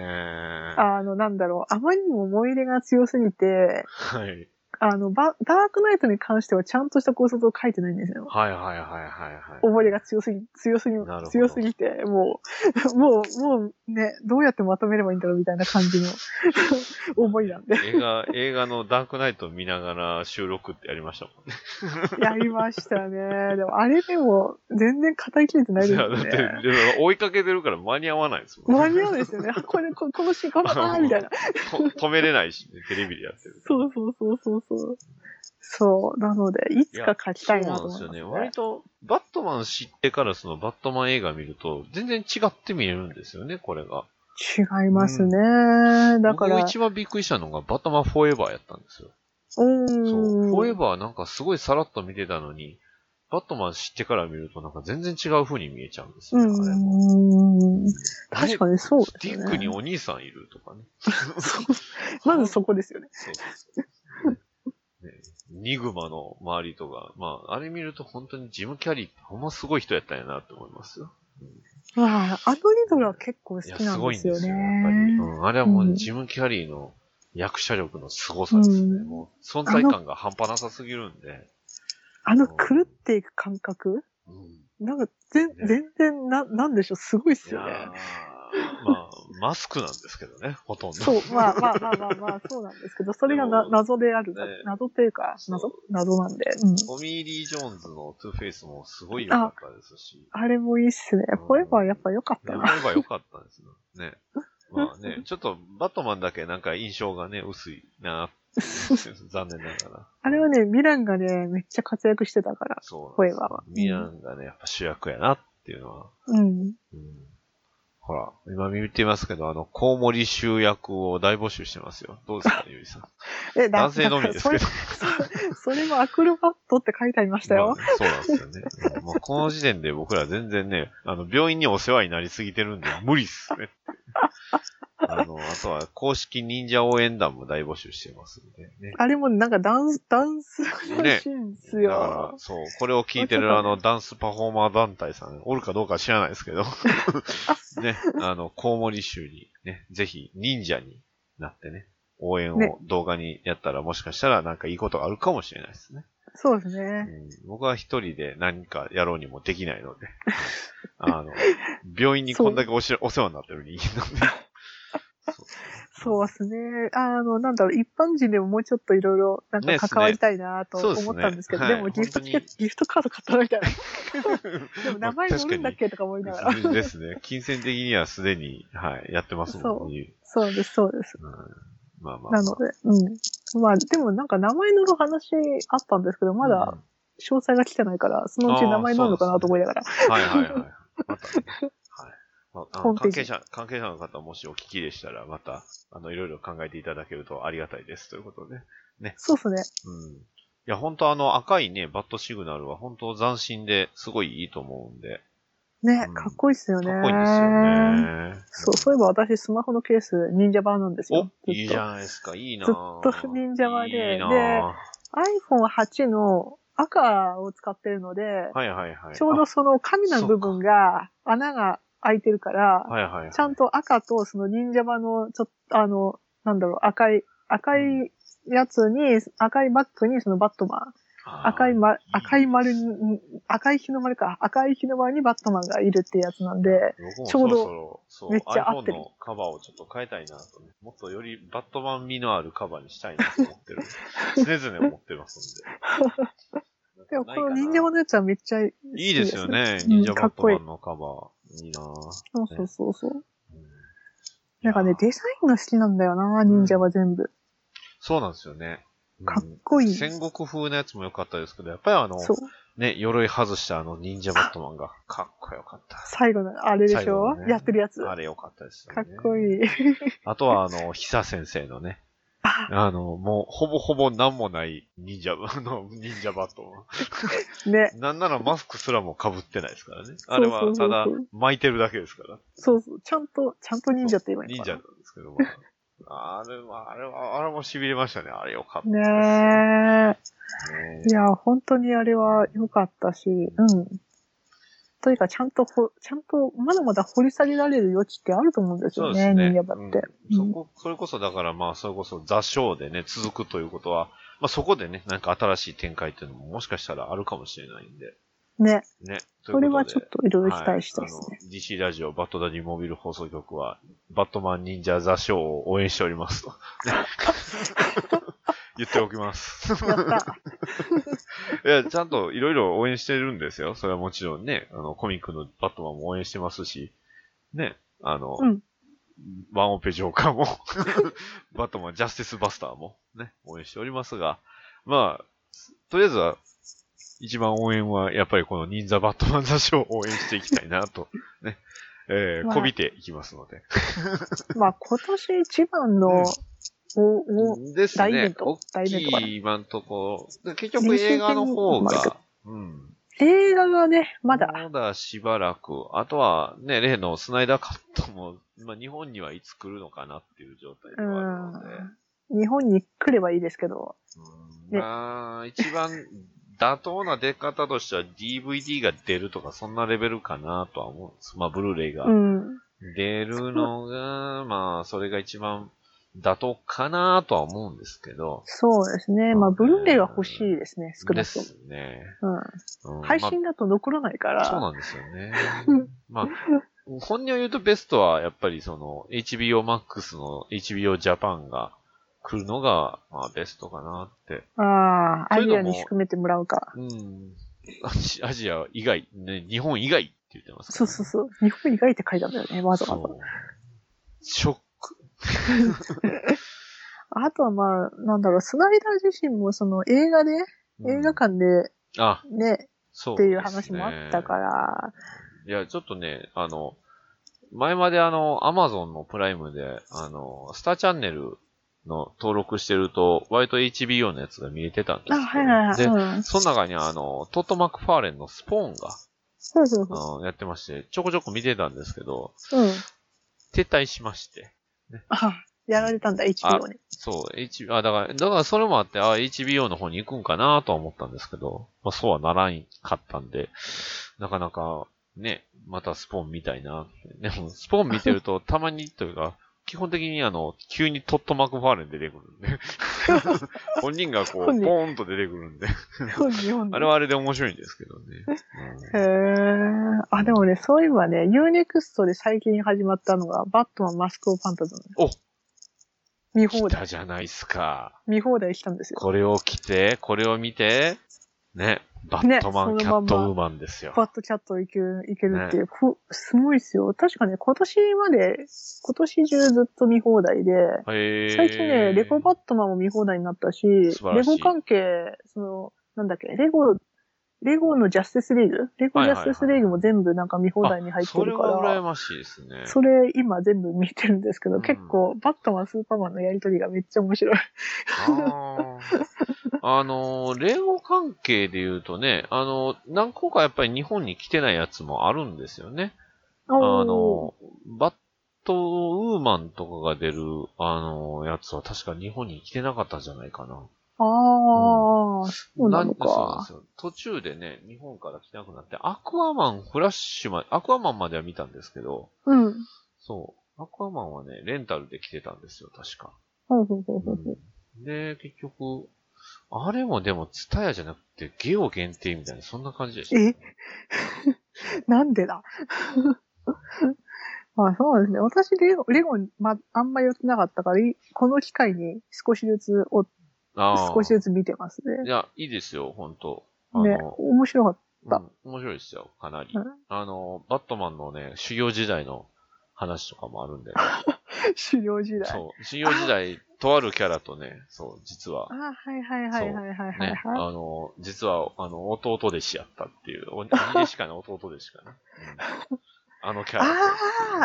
[SPEAKER 5] あの、なんだろう。あまりにも思い入れが強すぎて、
[SPEAKER 4] はい。
[SPEAKER 5] あの、バダークナイトに関してはちゃんとした考察を書いてないんですよ。
[SPEAKER 4] はいはいはいはいはい。
[SPEAKER 5] 思い入れが強すぎ、強すぎ
[SPEAKER 4] なるほ、ど
[SPEAKER 5] 強すぎて、もう、 [laughs] もう、もうね、どうやってまとめればいいんだろうみたいな感じの [laughs] 思いな
[SPEAKER 4] [laughs]
[SPEAKER 5] んで。
[SPEAKER 4] 映画、映画のダークナイトを見ながら収録ってやりましたもんね。
[SPEAKER 5] やりましたね。でも、あれでも、全然語りきれてない
[SPEAKER 4] い
[SPEAKER 5] です
[SPEAKER 4] や
[SPEAKER 5] よ
[SPEAKER 4] だって
[SPEAKER 5] ね。
[SPEAKER 4] [laughs] でも追いかけてるから間に合わないですもん
[SPEAKER 5] 間に合うんですよね。あこれ、ここのシーン、この、あーみたいな。
[SPEAKER 4] と止めれないしね、テレビでやってる。
[SPEAKER 5] そうそうそうそうそう。そう。なので、いつか書きたいな
[SPEAKER 4] そうなん
[SPEAKER 5] と思
[SPEAKER 4] です
[SPEAKER 5] い
[SPEAKER 4] よ
[SPEAKER 5] ます、
[SPEAKER 4] ね。
[SPEAKER 5] ね。
[SPEAKER 4] 割と、バットマン知ってからそのバットマン映画見ると、全然違って見えるんですよね、これが。
[SPEAKER 5] 違いますね。だから、
[SPEAKER 4] 僕一番びっくりしたのが、バットマンフォーエバーやったんですよ。
[SPEAKER 5] う
[SPEAKER 4] そう。フォーエ
[SPEAKER 5] ーん。
[SPEAKER 4] バーなんかすごいさらっと見てたのに、バットマン知ってから見るとなんか全然違う風に見えちゃうんです
[SPEAKER 5] う
[SPEAKER 4] よね、あれも
[SPEAKER 5] ん。確かにそうです
[SPEAKER 4] ディ
[SPEAKER 5] よ
[SPEAKER 4] ックに
[SPEAKER 5] ね。
[SPEAKER 4] お兄さんいるとかね。
[SPEAKER 5] まずそこですよね。
[SPEAKER 4] そうそうそう。ねニグマの周りとか、まあ、あれ見ると本当にジム・キャリーってほんますごい人やったんやなと思いますよ。
[SPEAKER 5] ああ、アンドリドラ結構好
[SPEAKER 4] いや、
[SPEAKER 5] き
[SPEAKER 4] す
[SPEAKER 5] なん
[SPEAKER 4] ご
[SPEAKER 5] で
[SPEAKER 4] いん
[SPEAKER 5] す
[SPEAKER 4] で
[SPEAKER 5] よ
[SPEAKER 4] す
[SPEAKER 5] ね
[SPEAKER 4] よ、やっぱり。。うん、あれはも
[SPEAKER 5] う
[SPEAKER 4] うんジム・キャリーの役者力の凄さですね。
[SPEAKER 5] うん
[SPEAKER 4] もう存在感が半端なさすぎるんで。
[SPEAKER 5] あの、狂っていく感覚
[SPEAKER 4] うん
[SPEAKER 5] なんか、全
[SPEAKER 4] ね
[SPEAKER 5] 全然、な、なんでしょう、すごいっ
[SPEAKER 4] い
[SPEAKER 5] す
[SPEAKER 4] や
[SPEAKER 5] よ
[SPEAKER 4] ー [laughs]
[SPEAKER 5] ね。
[SPEAKER 4] まあ、マスクなんですけどね、ほとんど。
[SPEAKER 5] そう、まあまあまあまあまあ、そうなんですけど、それが
[SPEAKER 4] で
[SPEAKER 5] な
[SPEAKER 4] も
[SPEAKER 5] 謎である
[SPEAKER 4] ね。
[SPEAKER 5] 謎っていうか、謎
[SPEAKER 4] そ
[SPEAKER 5] 謎なんで。うん。
[SPEAKER 4] トミー・リー・ジョーンズのトゥーフェイスもすごい良かったですし。
[SPEAKER 5] あれもいいっすね。フォーエバーやっぱ良かっ
[SPEAKER 4] や
[SPEAKER 5] た
[SPEAKER 4] れ
[SPEAKER 5] な。
[SPEAKER 4] ばよかったんですよ。
[SPEAKER 5] [laughs]
[SPEAKER 4] ね。まあね、ちょっとバットマンだけなんか印象がね、薄いな。残念ながら。
[SPEAKER 5] [laughs] あれはね、ミランがね、めっちゃ活躍してたから。
[SPEAKER 4] そうなんです
[SPEAKER 5] 声は
[SPEAKER 4] よ。ミランがね、やっぱ主役やなっていうのは。
[SPEAKER 5] うん。
[SPEAKER 4] うん、ほら、今見てますけど、あの、コウモリ集約を大募集してますよ。どうですか、ゆい
[SPEAKER 5] [laughs]
[SPEAKER 4] さん。
[SPEAKER 5] え、だ
[SPEAKER 4] 男性のみですけど。
[SPEAKER 5] それもアクロバットって書いてありましたよ。
[SPEAKER 4] まあそうなんですよね。うんもうこの時点で僕ら全然ね、あの、病院にお世話になりすぎてるんで、無理っすね。あの、あとは、公式忍者応援団も大募集してますんでね。
[SPEAKER 5] あれもなんかダンス、ダンスらしいんです
[SPEAKER 4] だか
[SPEAKER 5] よ。
[SPEAKER 4] ら、そう、これを聞いてる
[SPEAKER 5] [laughs]
[SPEAKER 4] あの、ダンスパフォーマー団体さん、おるかどうか知らないですけど、 [laughs] ね、あの、コウモリ州に、ね、ぜひ、忍者になってね、応援
[SPEAKER 5] ね
[SPEAKER 4] を動画にやったら、もしかしたらなんかいいことがあるかもしれないですね。
[SPEAKER 5] そうです
[SPEAKER 4] う
[SPEAKER 5] ね。
[SPEAKER 4] ん、僕は一人で何かやろうにもできないの
[SPEAKER 5] [laughs]
[SPEAKER 4] で、あの、病院にこんだけおしお世話になってる人間なんで。
[SPEAKER 5] そうですね。あの、なんだろう、一般人でももうちょっといろいろ、なん
[SPEAKER 4] ね
[SPEAKER 5] か関わりたいなと
[SPEAKER 4] そうですね
[SPEAKER 5] 思ったんですけど、
[SPEAKER 4] はい
[SPEAKER 5] でもギフトチケッ
[SPEAKER 4] 本
[SPEAKER 5] ト、 [laughs] ギフトカード買ったみたいな。でも名前載るんだっけとか思いながら。
[SPEAKER 4] ですね。金銭的にはすでに、はい、やってますもんね。
[SPEAKER 5] そうです、そうです。
[SPEAKER 4] うんまあまあまあ。
[SPEAKER 5] なので、うん。まあ、でもなんか名前載る話あったんですけど、まだ詳細が来てないから、そのうち名前なんのかなと思いながら。
[SPEAKER 4] はいはいはい。またね、はいまああ
[SPEAKER 5] ホ
[SPEAKER 4] の
[SPEAKER 5] ーム
[SPEAKER 4] 関
[SPEAKER 5] ページ
[SPEAKER 4] 係者、関係者の方もしお聞きでしたら、また、あの、いろいろ考えていただけるとありがたいですということで。
[SPEAKER 5] そうですね。
[SPEAKER 4] うん。いや、本当あの赤いね、バットシグナルは本当斬新ですごいいいと思うんで、
[SPEAKER 5] ね
[SPEAKER 4] うん、
[SPEAKER 5] かっこいいっすよね。
[SPEAKER 4] かっこいいんですよね。
[SPEAKER 5] そう、そういえば私、スマホのケース、忍者版なんですよ。
[SPEAKER 4] お、いいじ
[SPEAKER 5] ん。
[SPEAKER 4] ゃないですか、いいな
[SPEAKER 5] ず
[SPEAKER 4] ぁ
[SPEAKER 5] っと忍者まで
[SPEAKER 4] いいなぁ
[SPEAKER 5] で iPhone8 の赤を使ってるので、
[SPEAKER 4] はいはいはい。
[SPEAKER 5] ちょうどその紙の部分が、穴が開いてるから、
[SPEAKER 4] あ、はいはいはい。
[SPEAKER 5] ちゃんと赤とその忍者版の、ちょっと、あの、なんだろう、赤い、赤いやつに、赤いバッグにそのバットマン、
[SPEAKER 4] あー
[SPEAKER 5] 赤い、ま、赤い丸
[SPEAKER 4] いい
[SPEAKER 5] に、ん赤い日の丸か、赤い日の丸にバットマンがいるってやつなんで、
[SPEAKER 4] 僕も
[SPEAKER 5] ちょうど
[SPEAKER 4] そろそろそう
[SPEAKER 5] めっちゃ合ってる
[SPEAKER 4] iPhone のカバーをちょっと変えたいなとね。もっとよりバットマン味のあるカバーにしたいなと思ってる。常々思ってますんで。
[SPEAKER 5] [laughs] でもこの
[SPEAKER 4] ないか
[SPEAKER 5] 忍
[SPEAKER 4] な
[SPEAKER 5] 者版のやつはめっちゃい
[SPEAKER 4] いいですよね。
[SPEAKER 5] うん
[SPEAKER 4] 忍者バットマンのカバー。いいなぁ。
[SPEAKER 5] そうそうそうそう。
[SPEAKER 4] うん
[SPEAKER 5] なんかね、デザインが好きなんだよな、忍者は全部。
[SPEAKER 4] そうなんですよね。うん
[SPEAKER 5] かっこいい。
[SPEAKER 4] 戦国風のやつも良かったですけど、やっぱりあの、
[SPEAKER 5] そう。
[SPEAKER 4] ね、鎧外したあの忍者バットマンがかっこよかった。
[SPEAKER 5] 最後の、あれで
[SPEAKER 4] 最
[SPEAKER 5] し
[SPEAKER 4] 後
[SPEAKER 5] ょ、
[SPEAKER 4] のね
[SPEAKER 5] やってるやつ。
[SPEAKER 4] あ
[SPEAKER 5] か
[SPEAKER 4] れ良かったですよね。
[SPEAKER 5] っこいい。
[SPEAKER 4] あとはあの、久先生のね、
[SPEAKER 5] あ
[SPEAKER 4] あの、もう、ほぼほぼ何もない忍者、あの、 [laughs] 忍者バットマ
[SPEAKER 5] ね。
[SPEAKER 4] ン。なんならマスクすらも被ってないですからね。あれは
[SPEAKER 5] そう、そ
[SPEAKER 4] た
[SPEAKER 5] うそう
[SPEAKER 4] だ
[SPEAKER 5] そう、
[SPEAKER 4] 巻いてるだけですから。
[SPEAKER 5] そうそう。ちゃんと、ちゃんと忍者って言えばいい
[SPEAKER 4] 忍
[SPEAKER 5] の
[SPEAKER 4] 者
[SPEAKER 5] か
[SPEAKER 4] なんですけども。あれは、あれは、あれも痺れましたね。あれ良かったですよね。
[SPEAKER 5] な。ねえ。いや、本当にあれは良かったし、うん。というか、ちゃんとほ、ちゃんと、まだまだ掘り下げられる余地ってあると思うんです
[SPEAKER 4] そう
[SPEAKER 5] よ
[SPEAKER 4] です
[SPEAKER 5] ね、
[SPEAKER 4] ね。
[SPEAKER 5] 忍者場って。
[SPEAKER 4] うん
[SPEAKER 5] うん
[SPEAKER 4] そこ、それこそだからまあ、それこそ座礁でね、続くということは、まあそこでね、なんか新しい展開っていうのももしかしたらあるかもしれないんで、
[SPEAKER 5] ね。
[SPEAKER 4] ね。というこ
[SPEAKER 5] そ
[SPEAKER 4] とで
[SPEAKER 5] れはちょっといろいろ期待したいですね。
[SPEAKER 4] はいあの DC ラジオ、バットダディモビル放送局は、バットマン忍者座礁を応援しております
[SPEAKER 5] [laughs]
[SPEAKER 4] と。ね言っておきます。
[SPEAKER 5] や
[SPEAKER 4] [laughs]
[SPEAKER 5] った。
[SPEAKER 4] いや、ちゃんといろいろ応援してるんですよ。それはもちろんね、あの、コミックのバットマンも応援してますし、ね、あの、
[SPEAKER 5] うん
[SPEAKER 4] ワンオペジョーカーも、 [laughs] バットマン、ジャスティスバスターもね、応援しておりますが、まあ、とりあえずは、一番応援は、やっぱりこの忍者バットマン雑誌を応援していきたいなと、ね、えー、
[SPEAKER 5] まあ
[SPEAKER 4] こびていきますので。
[SPEAKER 5] まあ、今年一番の、
[SPEAKER 4] うん
[SPEAKER 5] お、お、
[SPEAKER 4] です
[SPEAKER 5] 大イベ
[SPEAKER 4] ね
[SPEAKER 5] ン。ト
[SPEAKER 4] 大
[SPEAKER 5] 大イベントかな
[SPEAKER 4] きい今のところ、結局映画の方
[SPEAKER 5] 練習戦
[SPEAKER 4] が、うん、
[SPEAKER 5] 映画がね、まだ、
[SPEAKER 4] まだしばらく。あとは、ね、例のスナイダーカットも、まあ、日本にはいつ来るのかなっていう状態ではあるので。
[SPEAKER 5] 日本に来ればいいですけど、
[SPEAKER 4] うん
[SPEAKER 5] ね
[SPEAKER 4] まあ、一番妥当な出方としては DVD が出るとか、そんなレベルかなとは思うんです。まあ、ブルーレイが
[SPEAKER 5] うん。
[SPEAKER 4] 出るのが、まあ、それが一番妥当かなとは思うんですけど。
[SPEAKER 5] そうですね。まあ、ブルーレイは欲しいですね、少
[SPEAKER 4] で
[SPEAKER 5] なくとも。
[SPEAKER 4] すね。
[SPEAKER 5] う
[SPEAKER 4] うん
[SPEAKER 5] ん。配
[SPEAKER 4] まあ
[SPEAKER 5] 信だと残らないから。
[SPEAKER 4] そうなんですよね。まあ、本音を言うとベストは、やっぱりその、HBO Max の HBO Japan が来るのが、まあ、ベストかなって。
[SPEAKER 5] ああ、
[SPEAKER 4] そう
[SPEAKER 5] ア
[SPEAKER 4] いう
[SPEAKER 5] ジ
[SPEAKER 4] の
[SPEAKER 5] ア
[SPEAKER 4] も
[SPEAKER 5] に仕組めてもらうか。
[SPEAKER 4] うん。アジアジア以外、ね、日本以外って言ってますから
[SPEAKER 5] そう
[SPEAKER 4] ね、
[SPEAKER 5] そうそう。日本以外って書いてあるんだよね、わざわざ。
[SPEAKER 4] そうショック。
[SPEAKER 5] あとはまあ、なんだろう、スナイダー自身もその映画で、映画館で
[SPEAKER 4] うんあ、
[SPEAKER 5] ね、
[SPEAKER 4] そう、。
[SPEAKER 5] っていう話もあったからら、
[SPEAKER 4] いや、ちょっとね、あの、前まであの、アマゾンのプライムで、あの、スターチャンネルの登録してると、割と HBO のやつが見えてたんですけ
[SPEAKER 5] あ、
[SPEAKER 4] ど。
[SPEAKER 5] はいはいはい。
[SPEAKER 4] で
[SPEAKER 5] うん。
[SPEAKER 4] その中にあの、トット・マクファーレンのスポーンが、
[SPEAKER 5] そうそうそ
[SPEAKER 4] あのやってまして、ちょこちょこ見てたんですけど、
[SPEAKER 5] う。うん。
[SPEAKER 4] 撤退しまして。
[SPEAKER 5] あ、やられたんだ、HBO に。
[SPEAKER 4] そう、H、あ、だから、だからそれもあって、あ、HBO の方に行くんかなとは思ったんですけど、まあそうはならんかったんで、なかなか、ね、またスポーン見たいなって。でも、スポーン見てると、たまにというか、 [laughs] 基本的にあの、急にトット・マクファーレン出てくるん
[SPEAKER 5] [laughs]
[SPEAKER 4] で、本人がこう、ポ
[SPEAKER 5] 本人
[SPEAKER 4] ーンと出てくるんで、
[SPEAKER 5] 日本で
[SPEAKER 4] あれはあれで面白いんですけどね。
[SPEAKER 5] へーあ、でもね、そういえばね、UNEXT で最近始まったのが、バットマンマスクオブファンタズム。
[SPEAKER 4] おう
[SPEAKER 5] 見
[SPEAKER 4] ん、
[SPEAKER 5] 放
[SPEAKER 4] 来
[SPEAKER 5] 題、
[SPEAKER 4] たじゃないですか。
[SPEAKER 5] 見放題したんですよ。
[SPEAKER 4] これを着て、これを見て、ね、バットマン、キ
[SPEAKER 5] ねそ
[SPEAKER 4] ャッ
[SPEAKER 5] のまんま
[SPEAKER 4] トウーマンですよ。
[SPEAKER 5] バットキャットいけるいけるっていう、こすごいですよ。確かね、今年まで、今年中ずっと見放題で、
[SPEAKER 4] へー
[SPEAKER 5] 最近ね、レゴバットマンも見放題になったし、
[SPEAKER 4] 素晴ら
[SPEAKER 5] レ
[SPEAKER 4] しい
[SPEAKER 5] ゴ関係、その、なんだっけ、レゴレゴのジャスティスリーグレゴ
[SPEAKER 4] はい
[SPEAKER 5] ジ
[SPEAKER 4] は
[SPEAKER 5] ャ
[SPEAKER 4] いはい
[SPEAKER 5] スティスリーグも全部なんか見放題に入って
[SPEAKER 4] それ
[SPEAKER 5] るか
[SPEAKER 4] は
[SPEAKER 5] ら
[SPEAKER 4] 羨、ましいですね。
[SPEAKER 5] それ今全部見てるんですけど、
[SPEAKER 4] うん
[SPEAKER 5] 結構バットマン、スーパーマンのやりとりがめっちゃ面白い。
[SPEAKER 4] あーあのー、レゴ関係で言うとね、あのー、何個かやっぱり日本に来てないやつもあるんですよね。
[SPEAKER 5] あ
[SPEAKER 4] あのー、バットウーマンとかが出る、あのー、やつは確か日本に来てなかったんじゃないかな。
[SPEAKER 5] あー、そうな
[SPEAKER 4] んそうな
[SPEAKER 5] の
[SPEAKER 4] んで
[SPEAKER 5] か
[SPEAKER 4] す。よ。途中でね、日本から来てなくなって、アクアマン、フラッシュマン、アクアマンまでは見たんですけど、
[SPEAKER 5] うん。
[SPEAKER 4] そう。アクアマンはね、レンタルで来てたんですよ、確か。
[SPEAKER 5] ほうほうほうほうほ
[SPEAKER 4] う
[SPEAKER 5] う
[SPEAKER 4] んで、結局、あれもでも、ツタヤじゃなくて、ゲオ限定みたいな、そんな感じでした。
[SPEAKER 5] え [laughs] なんでだ [laughs] まあそうですね。私レゴ、レゴに、ま、あんま寄ってなかったから、いこの機会に少しずつお、
[SPEAKER 4] あー
[SPEAKER 5] 少しずつ見てます
[SPEAKER 4] い
[SPEAKER 5] ね。
[SPEAKER 4] や、いいですよ、ほんと。あの、
[SPEAKER 5] ね、面白かっ
[SPEAKER 4] うん、面白いですよ、かなり
[SPEAKER 5] うん。
[SPEAKER 4] あの、バットマンのね、修行時代の話とかもあるんで、
[SPEAKER 5] た。修行時代。
[SPEAKER 4] そう、修行時代、とあるキャラとね、そう、実は
[SPEAKER 5] あ、あ、はいはいはいはいはいはい、
[SPEAKER 4] ね、あ
[SPEAKER 5] はい。
[SPEAKER 4] の、実は、あの、弟弟子やったっていう、お兄弟子かな、弟弟子かな。うんあのキャラと。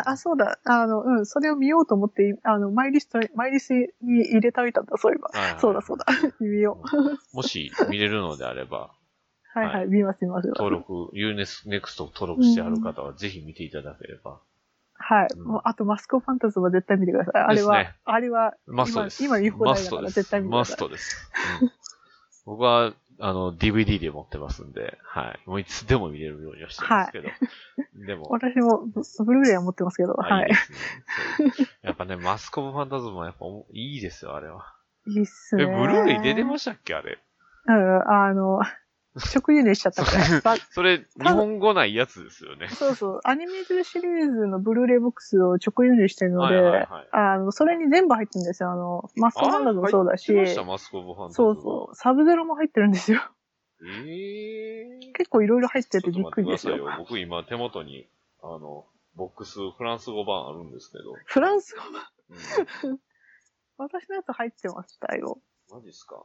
[SPEAKER 5] [laughs] ああ、あ、そうだ。あの、うん、それを見ようと思って、あの、マイリストに、マイリストに入れておいたんだ、そういえば。
[SPEAKER 4] はいはい
[SPEAKER 5] そうだそうだ。 [laughs] 見よ
[SPEAKER 4] [laughs] もし見れるのであれば、
[SPEAKER 5] う。はい
[SPEAKER 4] は
[SPEAKER 5] はいい、見ます見ます。見ます
[SPEAKER 4] 登録、UNEXT 登録してある方はぜひ見ていただければ。
[SPEAKER 5] はい。
[SPEAKER 4] うん
[SPEAKER 5] もうあと、マスコファンタズムは絶対見てください。あれは、
[SPEAKER 4] ですね
[SPEAKER 5] あれは、
[SPEAKER 4] マストです。
[SPEAKER 5] 今今有効
[SPEAKER 4] マ
[SPEAKER 5] 代
[SPEAKER 4] ス
[SPEAKER 5] だ
[SPEAKER 4] ト
[SPEAKER 5] か
[SPEAKER 4] で
[SPEAKER 5] ら
[SPEAKER 4] す
[SPEAKER 5] 絶対見てく
[SPEAKER 4] マ
[SPEAKER 5] ださ
[SPEAKER 4] ス
[SPEAKER 5] い
[SPEAKER 4] トです。うん僕は、あの、DVD で持ってますんで、はい。もういつでも見れるようにはしてますけど。でも、
[SPEAKER 5] 私もブ、ブルーレイは持ってますけど、
[SPEAKER 4] あ
[SPEAKER 5] は
[SPEAKER 4] いい
[SPEAKER 5] い
[SPEAKER 4] で。すねそうやっぱね、マスコブファンタズムはやっぱおいいですよ、あれは。
[SPEAKER 5] いいっす
[SPEAKER 4] え、
[SPEAKER 5] ね。
[SPEAKER 4] ブルーレイ出てま
[SPEAKER 5] し
[SPEAKER 4] したっけあれ。
[SPEAKER 5] たうん、あの、食輸入しちゃったからい。ば
[SPEAKER 4] [laughs] それ、日本語ないやつですよね。
[SPEAKER 5] そうそう。アニメーテルシリーズのブルーレイボックスを直輸入してるので、
[SPEAKER 4] はいはいはい
[SPEAKER 5] あの、それに全部入ってるんですよ。あの、マスコファンタズムもそうだし
[SPEAKER 4] あ、れ入ってました、マスコブファンタズム。
[SPEAKER 5] そうそう。サブゼロも入ってるんですよ。 [laughs]
[SPEAKER 4] う。ええー。
[SPEAKER 5] 結構いろいろ入って
[SPEAKER 4] ちょ
[SPEAKER 5] て
[SPEAKER 4] っと
[SPEAKER 5] びっ
[SPEAKER 4] 待
[SPEAKER 5] く
[SPEAKER 4] ってく
[SPEAKER 5] りで
[SPEAKER 4] だ
[SPEAKER 5] す
[SPEAKER 4] さい
[SPEAKER 5] よ。
[SPEAKER 4] よ。僕今手元に、あの、ボックス、フランス語版あるんですけど。
[SPEAKER 5] フランス語、
[SPEAKER 4] うん
[SPEAKER 5] 私のやつ入ってましたよ。
[SPEAKER 4] マジっすか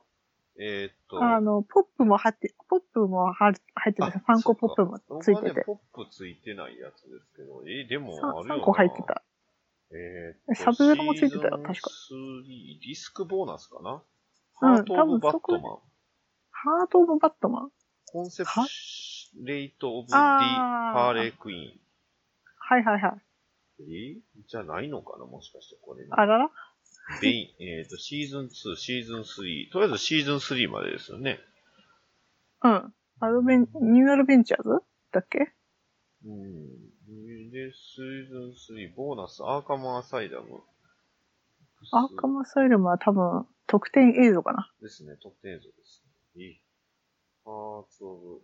[SPEAKER 4] えーっと。
[SPEAKER 5] あの、ポップも入って、ポップも入ってま
[SPEAKER 4] あ
[SPEAKER 5] す。ファンコポップもつ
[SPEAKER 4] 僕
[SPEAKER 5] いて
[SPEAKER 4] はね
[SPEAKER 5] て。
[SPEAKER 4] ポップついてないやつですけど。えーでも、あるよな。
[SPEAKER 5] 3個入って。た。
[SPEAKER 4] えーっと、
[SPEAKER 5] サブウェイもついてたよ確か
[SPEAKER 4] シーズン3、ディスクボーナスかな
[SPEAKER 5] うん
[SPEAKER 4] ハート・オブ・バット
[SPEAKER 5] 多分そ
[SPEAKER 4] マン。
[SPEAKER 5] ハート・オブ・バットマン。
[SPEAKER 4] コンセプ
[SPEAKER 5] は
[SPEAKER 4] レイト・オブ・ディ・
[SPEAKER 5] あー
[SPEAKER 4] ハーレー・クイ
[SPEAKER 5] はいはいはい。
[SPEAKER 4] ーン。えーじゃないのかなもしかしてこれ。
[SPEAKER 5] あらら
[SPEAKER 4] で、えっ、と、シーズン2、シーズン3、とりあえずシーズン3までですよね。
[SPEAKER 5] うん。アドベン、ニューアドベンチャーズだっけ
[SPEAKER 4] うん。で、シーズン3、ボーナス、アーカムアサイダム。
[SPEAKER 5] アーカム・アサイルムは多分、特典映像かな。
[SPEAKER 4] ですね、特典映像ですね。えパーツオブ。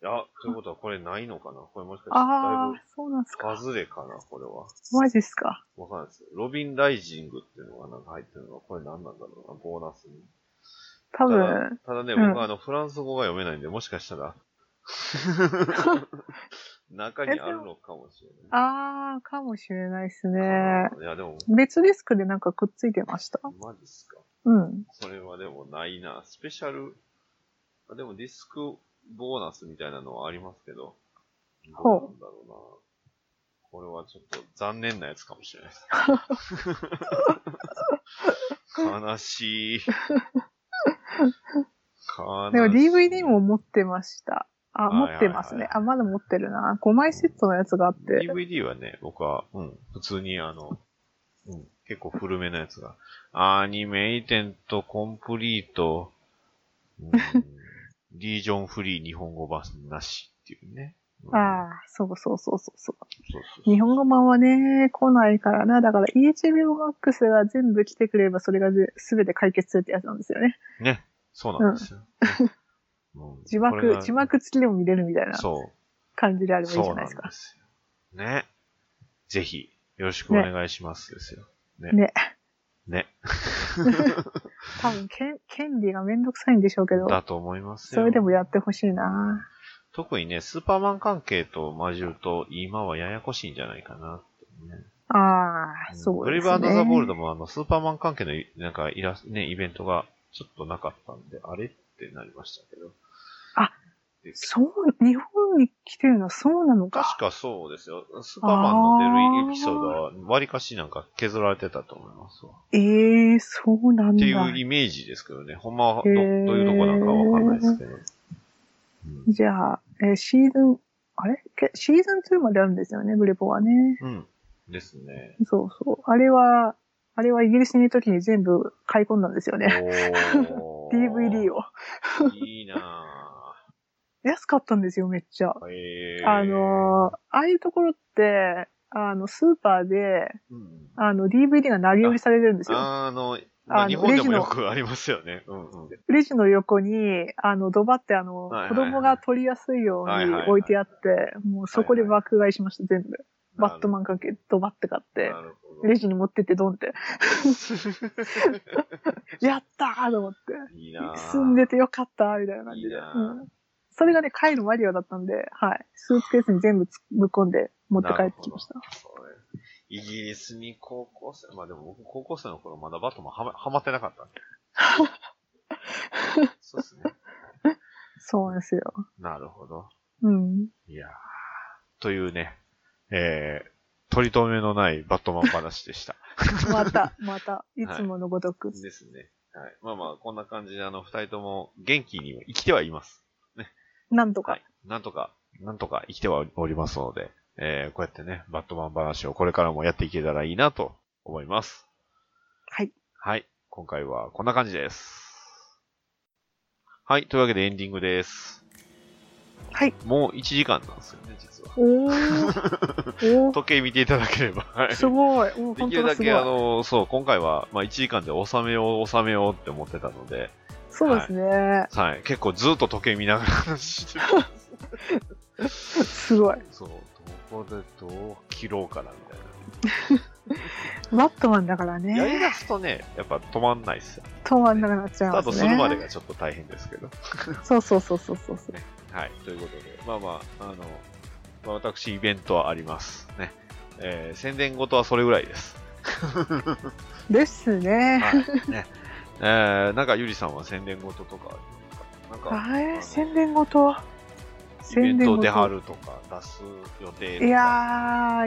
[SPEAKER 4] いや、ということはこれないのかなこれもしかしてだ
[SPEAKER 5] あ
[SPEAKER 4] い
[SPEAKER 5] あ、そうなんす
[SPEAKER 4] ぶ、
[SPEAKER 5] か。
[SPEAKER 4] 外れかなこれは。
[SPEAKER 5] マジっすか。
[SPEAKER 4] わかんないです。ロビン・ライジングっていうのがなんか入ってるのが、これ何なんだろうな、ボーナスに。た
[SPEAKER 5] 多
[SPEAKER 4] だ
[SPEAKER 5] 分、、
[SPEAKER 4] ただね、
[SPEAKER 5] うん
[SPEAKER 4] 僕はあの、フランス語が読めないんで、もしかした
[SPEAKER 5] [laughs]
[SPEAKER 4] ら、中にあるのかもしれない。
[SPEAKER 5] ああ、かもしれないっすね。
[SPEAKER 4] いや、でも、
[SPEAKER 5] 別ディスクでなんかくっついてました。
[SPEAKER 4] マジっすか。
[SPEAKER 5] うん。
[SPEAKER 4] それはでもないな。スペシャル、あでもディスクボーナスみたいなのはありますけど、どうなんだろうな。これはちょっと残念なやつかもしれないです。
[SPEAKER 5] [laughs]
[SPEAKER 4] 悲し
[SPEAKER 5] [laughs]
[SPEAKER 4] い。悲しい。
[SPEAKER 5] でも DVD も持ってました。あ、
[SPEAKER 4] はいはい
[SPEAKER 5] 持
[SPEAKER 4] はい
[SPEAKER 5] ってますね。あ、まだ持ってるな。5枚セットのやつがあって。
[SPEAKER 4] DVD はね、僕は、うん、普通にあの、うん、結構古めのやつが。アニメイテント、コンプリート、
[SPEAKER 5] [laughs]
[SPEAKER 4] うん、リージョンフリー日本語版なしっていうね。うん
[SPEAKER 5] ああ、そうそうそうそう
[SPEAKER 4] そ
[SPEAKER 5] そう。
[SPEAKER 4] うそうそう
[SPEAKER 5] 日本語版はね、来ないからな。だから HBO Max が全部来てくれればそれがぜ全て解決するってやつなんですよね。
[SPEAKER 4] ね。そうなんですよ。ねうん
[SPEAKER 5] [laughs] 字
[SPEAKER 4] これ
[SPEAKER 5] 幕
[SPEAKER 4] が、
[SPEAKER 5] 字幕付きでも見れるみたいな
[SPEAKER 4] そ
[SPEAKER 5] 感じであ
[SPEAKER 4] う。
[SPEAKER 5] ればいいじ
[SPEAKER 4] そ
[SPEAKER 5] ゃ
[SPEAKER 4] うな
[SPEAKER 5] な
[SPEAKER 4] いん
[SPEAKER 5] ですか
[SPEAKER 4] で。すよ。ね。ぜひ、よろしくお願いしますですよ。
[SPEAKER 5] ね。
[SPEAKER 4] ね。
[SPEAKER 5] 多分けん、権利がめんどくさいんでしょうけど、
[SPEAKER 4] だと思いますよ。
[SPEAKER 5] それでもやってほしいな。
[SPEAKER 4] 特にね、スーパーマン関係と交えると、今はややこしいんじゃないかなって、ね。
[SPEAKER 5] ああ、そう
[SPEAKER 4] ブ
[SPEAKER 5] で
[SPEAKER 4] リ
[SPEAKER 5] すね。
[SPEAKER 4] バード・ザ・ボールドも、あの、スーパーマン関係のイ、なんか、イラスね、イベントが、ちょっとなかったんで、あれってなりましたけど。です。
[SPEAKER 5] そう、日本に来てるのはそうなの
[SPEAKER 4] 確
[SPEAKER 5] か。
[SPEAKER 4] かそうですよ。スーパーマンの出るエピソードは、割かしなんか削られてたと思いますわ。
[SPEAKER 5] ええー、そうなん
[SPEAKER 4] って
[SPEAKER 5] だ。
[SPEAKER 4] いうイメージですけどね。ほんまはど、
[SPEAKER 5] へ
[SPEAKER 4] どう
[SPEAKER 5] ー
[SPEAKER 4] いうとこなんかわかんないですけど。うん
[SPEAKER 5] じゃあ、えーシーズン、あれけシーズン2まであるんですよね、ブレポはね。
[SPEAKER 4] うん。です
[SPEAKER 5] [laughs]
[SPEAKER 4] ね。
[SPEAKER 5] そうそう。あれは、あれはイギリスにいる時に全部買い込んだんですよね。
[SPEAKER 4] お
[SPEAKER 5] [laughs] DVD
[SPEAKER 4] を。
[SPEAKER 5] を。
[SPEAKER 4] いいな
[SPEAKER 5] 安かったんですよ、めっちゃ。
[SPEAKER 4] ぁ。えー、
[SPEAKER 5] あのー、ああいうところって、あの、スーパーで、
[SPEAKER 4] うん
[SPEAKER 5] あの、DVD が投げ売りされてるんですよ。
[SPEAKER 4] あの、ま
[SPEAKER 5] あ
[SPEAKER 4] あ、
[SPEAKER 5] の
[SPEAKER 4] 日本でも
[SPEAKER 5] レジの
[SPEAKER 4] よくありますよね。うんうん。
[SPEAKER 5] レジの横に、あの、ドバってあの、
[SPEAKER 4] はいはい
[SPEAKER 5] 子
[SPEAKER 4] はい
[SPEAKER 5] 供が取りやすいよ
[SPEAKER 4] は
[SPEAKER 5] う
[SPEAKER 4] い
[SPEAKER 5] に
[SPEAKER 4] はいはい
[SPEAKER 5] 置いてあって、もうそこで爆買いしました、全部。バットマ
[SPEAKER 4] ン
[SPEAKER 5] ンかけ、ドバって買って、
[SPEAKER 4] なるほど
[SPEAKER 5] レジに持ってってドンって。やったーと思って。
[SPEAKER 4] いいなぁ
[SPEAKER 5] 住んでてよかったーみたいな感じ
[SPEAKER 4] いい
[SPEAKER 5] で。
[SPEAKER 4] な
[SPEAKER 5] う
[SPEAKER 4] ぁ
[SPEAKER 5] ん。それがね、帰る間際だったんで、はい。スーツケースに全部つぶっ込んで持って帰ってきました。
[SPEAKER 4] そうですイギリスに高校生、まあでも僕高校生の頃まだバットマンはまはまってなかったん
[SPEAKER 5] [laughs]
[SPEAKER 4] で。そうですね。
[SPEAKER 5] そうなんですよ。
[SPEAKER 4] なるほど。
[SPEAKER 5] うん。
[SPEAKER 4] いやーというね、えー、取り留めのないバットマン話でした。
[SPEAKER 5] また、また、いつものごとく。
[SPEAKER 4] ですね。はい。まあまあ、こんな感じで、あの、二人とも元気に生きてはいます。
[SPEAKER 5] なんとか。
[SPEAKER 4] はい。なんとか、なんとか生きてはおりますので、えー、こうやってね、バットマン話をこれからもやっていけたらいいなと思います。
[SPEAKER 5] はい。
[SPEAKER 4] はい。今回はこんな感じです。はい。というわけでエンディングです。
[SPEAKER 5] はい。
[SPEAKER 4] もう1時間なんですよね、実は。
[SPEAKER 5] おー。
[SPEAKER 4] [laughs]
[SPEAKER 5] [laughs] おー。
[SPEAKER 4] 時計見ていただければ。はい。
[SPEAKER 5] す
[SPEAKER 4] [laughs]
[SPEAKER 5] ごい。もう
[SPEAKER 4] で
[SPEAKER 5] 本
[SPEAKER 4] きる
[SPEAKER 5] 当だ
[SPEAKER 4] だ
[SPEAKER 5] す
[SPEAKER 4] け、
[SPEAKER 5] ご
[SPEAKER 4] あ
[SPEAKER 5] い。
[SPEAKER 4] の、そう、今回は、まあ、1時間で収めよう、収めようって思ってたので、
[SPEAKER 5] そうですね。
[SPEAKER 4] はい。結構ずっと時計見ながら話してます
[SPEAKER 5] すごい。
[SPEAKER 4] そう、どこでどう切ろうかな、みたいな。
[SPEAKER 5] バットマンだから
[SPEAKER 4] やり
[SPEAKER 5] ね。
[SPEAKER 4] 出すとね、やっぱ止まんないですよ。
[SPEAKER 5] 止まんなくなっちゃ
[SPEAKER 4] ス
[SPEAKER 5] い
[SPEAKER 4] ター
[SPEAKER 5] ますね。
[SPEAKER 4] トするまでがちょっと大変ですけど。
[SPEAKER 5] そうそうそうそうそうそう。
[SPEAKER 4] はい、ということで、まあまあ、あの、まあ私、イベントはあります。ね。えー宣伝事はそれぐらいです。
[SPEAKER 5] ですね。
[SPEAKER 4] はい。ね。えー、なんか、ゆりさんは宣伝事とかありますかなんか、
[SPEAKER 5] あ
[SPEAKER 4] あ
[SPEAKER 5] れ
[SPEAKER 4] の
[SPEAKER 5] 宣伝事
[SPEAKER 4] イベン
[SPEAKER 5] 宣伝
[SPEAKER 4] ト
[SPEAKER 5] 事
[SPEAKER 4] 出はるとか、出す予定とか。
[SPEAKER 5] いや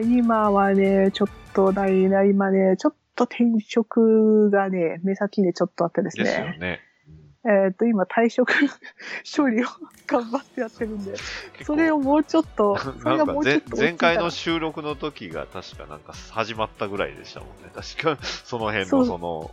[SPEAKER 5] ー、今はね、ちょっとないな、今ね、ちょっと転職がね、目先でちょっとあってです
[SPEAKER 4] で
[SPEAKER 5] ね。
[SPEAKER 4] すよね。うん
[SPEAKER 5] えっ、と、今退職 [laughs] 処理を頑張ってやってるんで、それを。もうちょっと、
[SPEAKER 4] 結
[SPEAKER 5] そ
[SPEAKER 4] 構な
[SPEAKER 5] れが
[SPEAKER 4] んか
[SPEAKER 5] もうちょっ
[SPEAKER 4] 前
[SPEAKER 5] と落ち着いたら
[SPEAKER 4] 前回の収録の時が確かなんか始まったぐらいでしたもんね。確か、 [laughs] その辺
[SPEAKER 5] そ
[SPEAKER 4] の
[SPEAKER 5] う
[SPEAKER 4] その、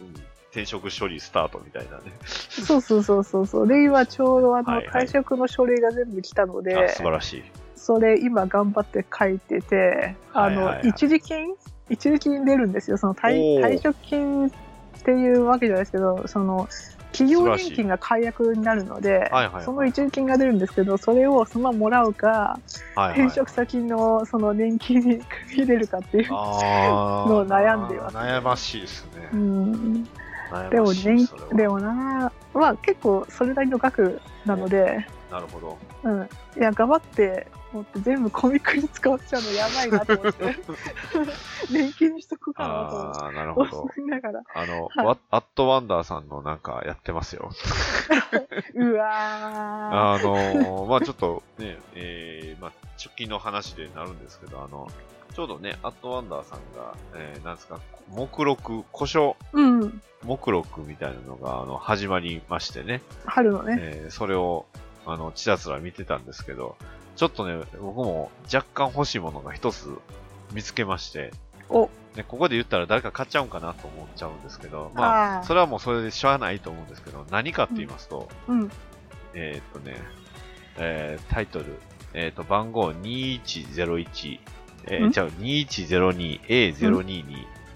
[SPEAKER 4] うん転職処理スタートみたいなね。
[SPEAKER 5] そうそうそうそうそう。で、今ちょうどあの、
[SPEAKER 4] はいはい
[SPEAKER 5] 退職の書類が全部来たので、
[SPEAKER 4] あ素晴らしい。
[SPEAKER 5] それ今頑張って書いてて、あの、
[SPEAKER 4] はいはいはい
[SPEAKER 5] 一時金一時金出るんですよ。その退
[SPEAKER 4] おー
[SPEAKER 5] 退職金っていうわけじゃないですけど、その、企業年金が解約になるの
[SPEAKER 4] は
[SPEAKER 5] で、
[SPEAKER 4] いはいはい
[SPEAKER 5] その一時金が出るんですけど、それをそのままもらうか、
[SPEAKER 4] はい、はい。
[SPEAKER 5] 転職先のその年金に組み入れるかっていう。
[SPEAKER 4] あー
[SPEAKER 5] のを悩んでますね
[SPEAKER 4] 悩ましいですね。
[SPEAKER 5] うん、で
[SPEAKER 4] 悩
[SPEAKER 5] も
[SPEAKER 4] ましい
[SPEAKER 5] 年
[SPEAKER 4] それは
[SPEAKER 5] でもなまあ結構それなりの額なので、
[SPEAKER 4] なるほど。
[SPEAKER 5] うん、いや頑張って思って全部コミックに使わっちゃうのやばいなと思
[SPEAKER 4] [laughs]
[SPEAKER 5] って年金にしとくかなと思って
[SPEAKER 4] ああ、なるほど
[SPEAKER 5] 思。いな
[SPEAKER 4] [laughs]
[SPEAKER 5] がら
[SPEAKER 4] あの、
[SPEAKER 5] [laughs] はい
[SPEAKER 4] ワアットワンダーさんのなんかやってますよ。
[SPEAKER 5] うわ
[SPEAKER 4] あのー、まあちょっとね、 [laughs] えー、まあ直近の話でなるんですけど、あの、ちょうどね、アットワンダーさんが、えー、なんですか、目録、故障
[SPEAKER 5] ーうん
[SPEAKER 4] 目録みたいなのが、あの、始まりましてね、
[SPEAKER 5] 春のね、
[SPEAKER 4] えー、それを、あの、ちらつら見てたんですけど、ちょっとね、僕も若干欲しいものが一つ見つけまして、
[SPEAKER 5] お
[SPEAKER 4] ね、ここで言ったら誰か買っちゃうんかなと思っちゃうんですけど、まあ、
[SPEAKER 5] あー
[SPEAKER 4] それはもうそれでしゃあないと思うんですけど、何かって言いますと、 [laughs]
[SPEAKER 5] うん
[SPEAKER 4] えーっとね、えータイトル、えーっと、番号2101、えー、
[SPEAKER 5] ん
[SPEAKER 4] じゃあ 2102A022、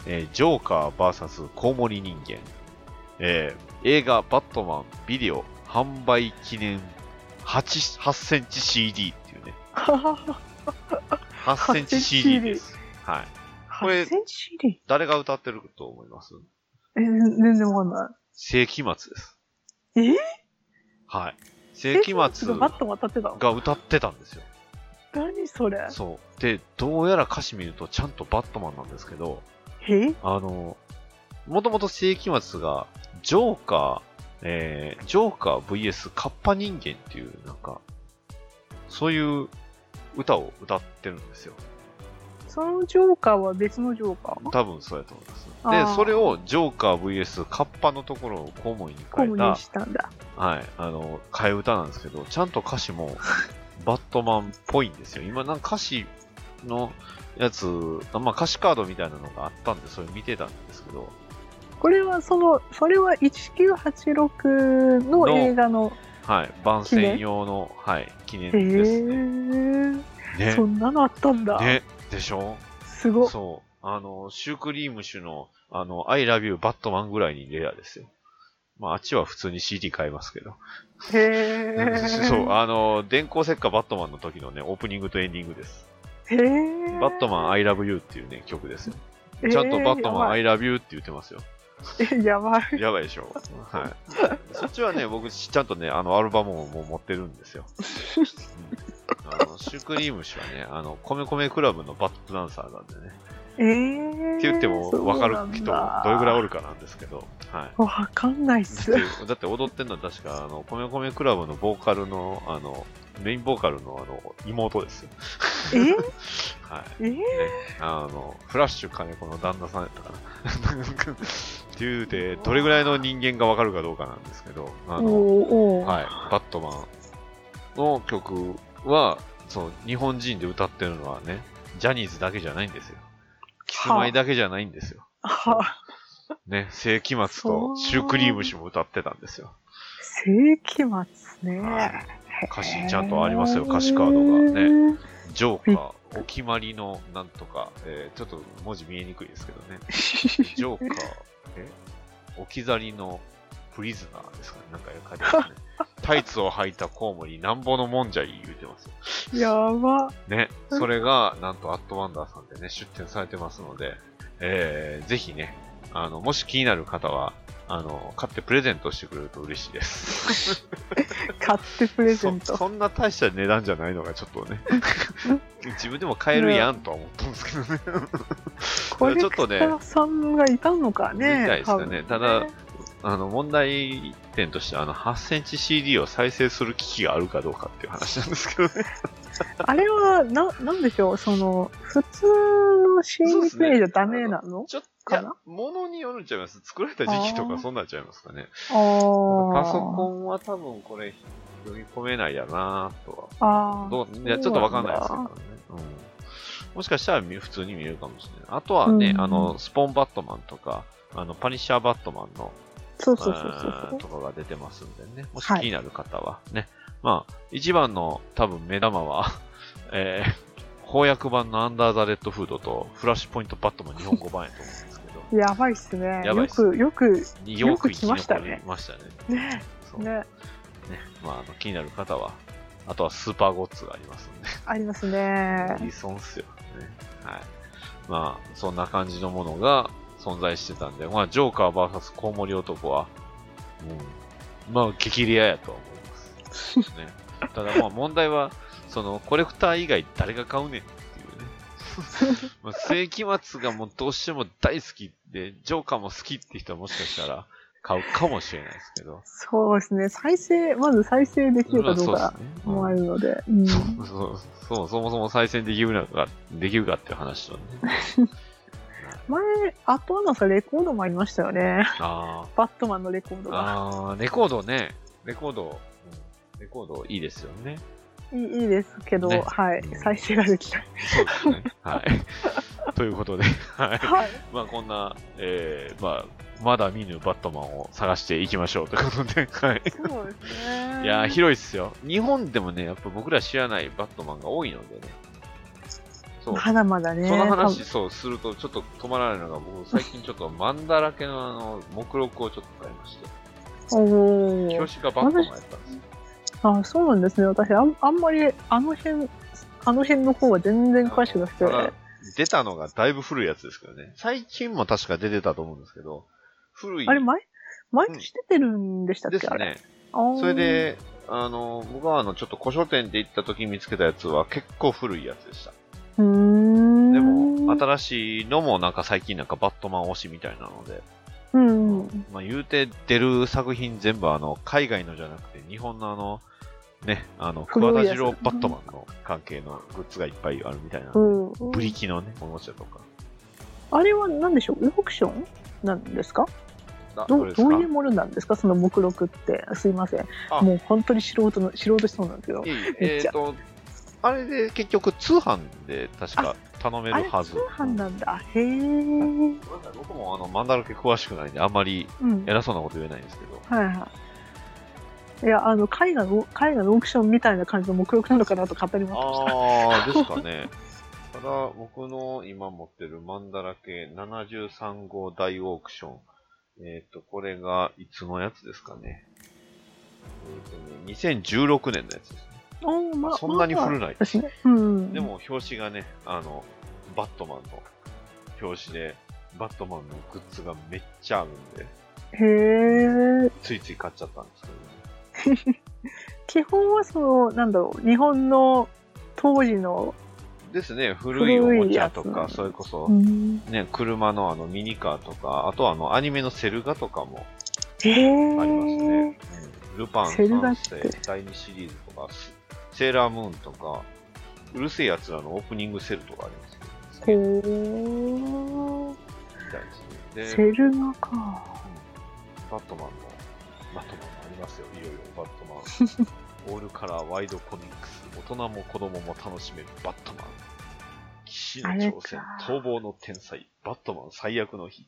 [SPEAKER 4] えージョーカー VS コウモリ人間、えー映画バットマンビデオ販売記念 8, 8センチ CD っていうね、8センチ CD です。はい。これ
[SPEAKER 5] 8000CD?
[SPEAKER 4] 誰が歌ってると思います
[SPEAKER 5] え全然わかんな
[SPEAKER 4] 世紀末です。
[SPEAKER 5] いえ
[SPEAKER 4] はい。
[SPEAKER 5] え
[SPEAKER 4] 世紀末
[SPEAKER 5] バットも当たってたの
[SPEAKER 4] が歌ってたんですよ。
[SPEAKER 5] 何それ
[SPEAKER 4] そう。で、どうやら歌詞見るとちゃんとバットマンなんですけど、
[SPEAKER 5] え
[SPEAKER 4] あの、もともと世紀末が、ジョーカー、えージョーカー VS カッパ人間っていう、なんか、そういう歌を歌ってるんですよ。
[SPEAKER 5] そのジョーカーは別のジョーカー
[SPEAKER 4] 多分そうやと思い
[SPEAKER 5] あ
[SPEAKER 4] ます。
[SPEAKER 5] ー
[SPEAKER 4] で、それをジョーカー VS カッパのところを公務員に
[SPEAKER 5] コ
[SPEAKER 4] 変え
[SPEAKER 5] ムに
[SPEAKER 4] た、
[SPEAKER 5] したんだ。
[SPEAKER 4] はい、あの、替え歌なんですけど、ちゃんと歌詞
[SPEAKER 5] [laughs]
[SPEAKER 4] もバットマンっぽいんですよ。今、なんか歌詞のやつ、あまあ歌詞カードみたいなのがあったんで、それ見てたんですけど、
[SPEAKER 5] これはその、それは1986の映画の、
[SPEAKER 4] はい、番宣用の、はい、記念
[SPEAKER 5] え
[SPEAKER 4] ですね。
[SPEAKER 5] ー、
[SPEAKER 4] ね
[SPEAKER 5] そんなのあったんだ。
[SPEAKER 4] ね、でしょ
[SPEAKER 5] すごっ。
[SPEAKER 4] そう。あの、シュークリーム種の、あの、I love you, Batman ぐらいにレアですよ。まあ、あっちは普通に CD 買えますけど。
[SPEAKER 5] へー。
[SPEAKER 4] そう、あの、電光石火バットマンの時のね、オープニングとエンディングです。
[SPEAKER 5] へー。
[SPEAKER 4] バットマン I love you っていうね、曲ですよ。
[SPEAKER 5] えー、
[SPEAKER 4] ちゃんとバットマン
[SPEAKER 5] ン
[SPEAKER 4] I love you って言ってますよ。
[SPEAKER 5] やばい。
[SPEAKER 4] やばいで
[SPEAKER 5] [laughs]
[SPEAKER 4] しょ。はい。そっちはね、僕、ちゃんとね、あの、アルバムももう持ってるんですよ。うんあの、シュークリーム種はね、あの、コメコメクラブのバットダンサーなんでね。
[SPEAKER 5] えー。
[SPEAKER 4] って言っても分かる人もどれぐらいお
[SPEAKER 5] る
[SPEAKER 4] るかなんですけど、はい。
[SPEAKER 5] わかんないっ
[SPEAKER 4] だっ
[SPEAKER 5] す。
[SPEAKER 4] てだって踊ってんのは確か、あの、コメコメクラブのボーカルの、あの、メインボーカルのあの、妹ですよ。
[SPEAKER 5] えー、
[SPEAKER 4] はい。
[SPEAKER 5] えー、
[SPEAKER 4] あの、フラッシュ金子の旦那さんやったかな。 [laughs] っていうて、どれぐらいの人間がわかるかどうかなんですけど、あの、
[SPEAKER 5] おーおー、
[SPEAKER 4] はい、バットマンの曲は、そう、日本人で歌ってるのはね、ジャニーズだけじゃないんですよ。キスマイだけじゃないんですよ。
[SPEAKER 5] は
[SPEAKER 4] ね、世紀末
[SPEAKER 5] そ
[SPEAKER 4] と
[SPEAKER 5] う
[SPEAKER 4] シュークリーム種も歌ってたんですよ。
[SPEAKER 5] 世紀末ね。
[SPEAKER 4] はい歌詞ちゃんとありますよ歌詞カードがね。ジョーカー、お決まりのなんとか、えーちょっと文字見えにくいですけどね。ジョーカー、え置き去りのプリズナーですかね。なんか書いてますね。
[SPEAKER 5] [laughs]
[SPEAKER 4] タイツを履いたコウモリ、なんぼのもんじゃいい言うてますよ。
[SPEAKER 5] やば。
[SPEAKER 4] ね。それが、なんとアットワンダーさんでね、出展されてますので、えーぜひね、あの、もし気になる方は、あの、買ってプレゼントしてくれると嬉しいです。
[SPEAKER 5] 買ってプレゼン
[SPEAKER 4] そ
[SPEAKER 5] ト。
[SPEAKER 4] そんな大した値段じゃないのがちょっと
[SPEAKER 5] [laughs]
[SPEAKER 4] ね自分でも買えるやんとは思ったんですけどね
[SPEAKER 5] コ
[SPEAKER 4] [laughs]
[SPEAKER 5] レ
[SPEAKER 4] ちょ
[SPEAKER 5] ク
[SPEAKER 4] っ
[SPEAKER 5] タ
[SPEAKER 4] とね
[SPEAKER 5] ーさんがいたのか
[SPEAKER 4] みたい
[SPEAKER 5] ね
[SPEAKER 4] で。すかねただあの問題点としてあの8センチ CD を再生する機器があるかどうかっていう話なんですけどね
[SPEAKER 5] あれは、な、なんでしょう、その、普通
[SPEAKER 4] そうで
[SPEAKER 5] の CD
[SPEAKER 4] す
[SPEAKER 5] プ
[SPEAKER 4] ね
[SPEAKER 5] レイじゃダメな
[SPEAKER 4] [laughs]
[SPEAKER 5] の
[SPEAKER 4] ちょっとい
[SPEAKER 5] かな
[SPEAKER 4] や物によるんちゃいます作られた時期と
[SPEAKER 5] あ
[SPEAKER 4] か
[SPEAKER 5] ー
[SPEAKER 4] そんなんちゃいますかね
[SPEAKER 5] あー
[SPEAKER 4] パソコンは多分これ読み込めないやなとは
[SPEAKER 5] あー
[SPEAKER 4] どういやちょっとわかんないですけどね、うん、もしかしたら見普通に見えるかもしれないあとはね、
[SPEAKER 5] うん
[SPEAKER 4] あのスポンバットマンとかあのパニッシャーバットマンの
[SPEAKER 5] そう
[SPEAKER 4] あ
[SPEAKER 5] そうそうそう
[SPEAKER 4] ー
[SPEAKER 5] そう。
[SPEAKER 4] とかが出てますんでねもし
[SPEAKER 5] はい
[SPEAKER 4] 気になる方はね、まあ一番の多分目玉は [laughs] えー翻訳版のアンダーザ・レッドフードとフラッシュポイントバットマン日本語版やと思うんですけど
[SPEAKER 5] やばいっすね。
[SPEAKER 4] やばい
[SPEAKER 5] よ
[SPEAKER 4] っすね
[SPEAKER 5] く、よく、 [laughs]
[SPEAKER 4] に
[SPEAKER 5] よ
[SPEAKER 4] よ
[SPEAKER 5] く
[SPEAKER 4] く
[SPEAKER 5] 来
[SPEAKER 4] 生き
[SPEAKER 5] ました
[SPEAKER 4] 残
[SPEAKER 5] ね
[SPEAKER 4] りましたね。
[SPEAKER 5] ね、
[SPEAKER 4] そうね
[SPEAKER 5] ね、
[SPEAKER 4] まああの気になる方は、あとはスーパーゴッツがありますんで。
[SPEAKER 5] ありますね。
[SPEAKER 4] 依存っすよね。はい。まあ、そんな感じのものが存在してたんで、まあ、ジョーカー VS コウモリ男は、うん、まあ、激レアやとは思います。ね、ただ、まあ、問題は、その、コレクター以外誰が買うねんっていうね。まあ世紀末がもうどうしても大好きで、ジョーカーも好きって人はもしかしたら買うかもしれないですけど。
[SPEAKER 5] そうですね。再生、まず再生できるかどう
[SPEAKER 4] まあ
[SPEAKER 5] か
[SPEAKER 4] そうですねうん
[SPEAKER 5] もあるので。うん
[SPEAKER 4] そうそうそう、そもそも再選できるのか、できるかっていう話とね。
[SPEAKER 5] 前、アットワンダーさんレコードもありましたよね。 [laughs]
[SPEAKER 4] あ
[SPEAKER 5] バットマンのレコード
[SPEAKER 4] ー
[SPEAKER 5] が。
[SPEAKER 4] あー、レコードね、レコード、うんレコードいいですよね。
[SPEAKER 5] いいいいですけど、
[SPEAKER 4] ね
[SPEAKER 5] はい。再生ができない。
[SPEAKER 4] そうですね。はい。ということで、はい。
[SPEAKER 5] はい。
[SPEAKER 4] まあこんな、えー、まあ、まだ見ぬバットマンを探していきましょうということで、はい。
[SPEAKER 5] そうです [laughs] ね。
[SPEAKER 4] いやー、広いっすよ。日本でもね、やっぱ僕ら知らないバットマンが多いのでね。そう。
[SPEAKER 5] まだまだね。
[SPEAKER 4] その
[SPEAKER 5] 多
[SPEAKER 4] 話、そう、すると、ちょっと止まらないのが、僕、最近ちょっと、マンだらけの、あの、目録をちょっと買いまして、
[SPEAKER 5] 分おー
[SPEAKER 4] 表紙がバットマンやったんですよ。
[SPEAKER 5] あ、そうなんですね。私、あんあんまり、あの辺、あの辺の方は全然詳しくなくて
[SPEAKER 4] た。だ出たのがだいぶ古いやつですけどね。最近も確か出てたと思うんですけど、古い。
[SPEAKER 5] あれ、毎、毎年出てるんでしたっけ、
[SPEAKER 4] です
[SPEAKER 5] あれ。
[SPEAKER 4] ね。
[SPEAKER 5] あー
[SPEAKER 4] それ、で、あの、僕はあの、ちょっと古書店で行った時見つけたやつは結構古いやつでした。
[SPEAKER 5] うーん。
[SPEAKER 4] でも、新しいのもなんか最近なんかバットマン推しみたいなので、
[SPEAKER 5] うんうんうん。
[SPEAKER 4] まあ、言うて出る作品全部あの海外のじゃなくて日本のあのねあの
[SPEAKER 5] 古い
[SPEAKER 4] 桑
[SPEAKER 5] やつ
[SPEAKER 4] 田二郎バットマンの関係のグッズがいっぱいあるみたいな、
[SPEAKER 5] うん。
[SPEAKER 4] ブリキのねおもちゃとか
[SPEAKER 5] あれは何でしょうオークションなんですか
[SPEAKER 4] あ
[SPEAKER 5] ど
[SPEAKER 4] こ
[SPEAKER 5] う
[SPEAKER 4] れです
[SPEAKER 5] ど
[SPEAKER 4] か
[SPEAKER 5] ういうものなんですかその目録って。すいません
[SPEAKER 4] あ。
[SPEAKER 5] もう本当に素人の、素人そうなんですけど。
[SPEAKER 4] いえいえ
[SPEAKER 5] め
[SPEAKER 4] え
[SPEAKER 5] っち
[SPEAKER 4] ー
[SPEAKER 5] ゃ
[SPEAKER 4] とあれで結局通販で確か頼め
[SPEAKER 5] あれ
[SPEAKER 4] る
[SPEAKER 5] 通
[SPEAKER 4] はず
[SPEAKER 5] 販なんだ。へー。
[SPEAKER 4] ごめんなさい僕もあのマンダラケ詳しくないんであんまり
[SPEAKER 5] うん。
[SPEAKER 4] 偉そうなこと言えないんですけど
[SPEAKER 5] はいはい。いや、あの、絵画の、絵画のオークションみたいな感じの目録なのかなと語りました。
[SPEAKER 4] ああ、ですかね。 [laughs] ただ、僕の今持ってるマンダラ系73号大オークション。えっ、と、これがいつのやつですかね。えっ、とね、2016年のやつですね。
[SPEAKER 5] おーま
[SPEAKER 4] そんなに古ない。
[SPEAKER 5] 私ね。うん。
[SPEAKER 4] で、も、表紙がね、あの、バットマンの表紙で、バットマンのグッズがめっちゃあるんで、
[SPEAKER 5] へー。
[SPEAKER 4] ついつい買っちゃったんですけどね。
[SPEAKER 5] 基本はその、なんだろう、日本の当時の、
[SPEAKER 4] ですね、古いおもちゃと
[SPEAKER 5] 古いや
[SPEAKER 4] か、
[SPEAKER 5] つ
[SPEAKER 4] それこそ、
[SPEAKER 5] うん、
[SPEAKER 4] ね、車のあのミニカーとか、あとはあのアニメのセルガとかも
[SPEAKER 5] へー。
[SPEAKER 4] ありますね。うんルパン
[SPEAKER 5] セル
[SPEAKER 4] 三
[SPEAKER 5] ガっ
[SPEAKER 4] 世
[SPEAKER 5] て
[SPEAKER 4] 第2シリーズとか、スセーラームーンとか、うるせえやつらのオープニングセルとかありますけ
[SPEAKER 5] へ
[SPEAKER 4] ど、み
[SPEAKER 5] ー。
[SPEAKER 4] たいですね。で、
[SPEAKER 5] セルガか。
[SPEAKER 4] バットマンも、バットマンもありますよ、いろいろバット
[SPEAKER 5] [laughs]
[SPEAKER 4] マン。オールカラーワイドコミックス、大人も子供も楽しめるバットマン。騎士の挑戦
[SPEAKER 5] あ、れ
[SPEAKER 4] 逃亡の天才、バットマン最悪の日。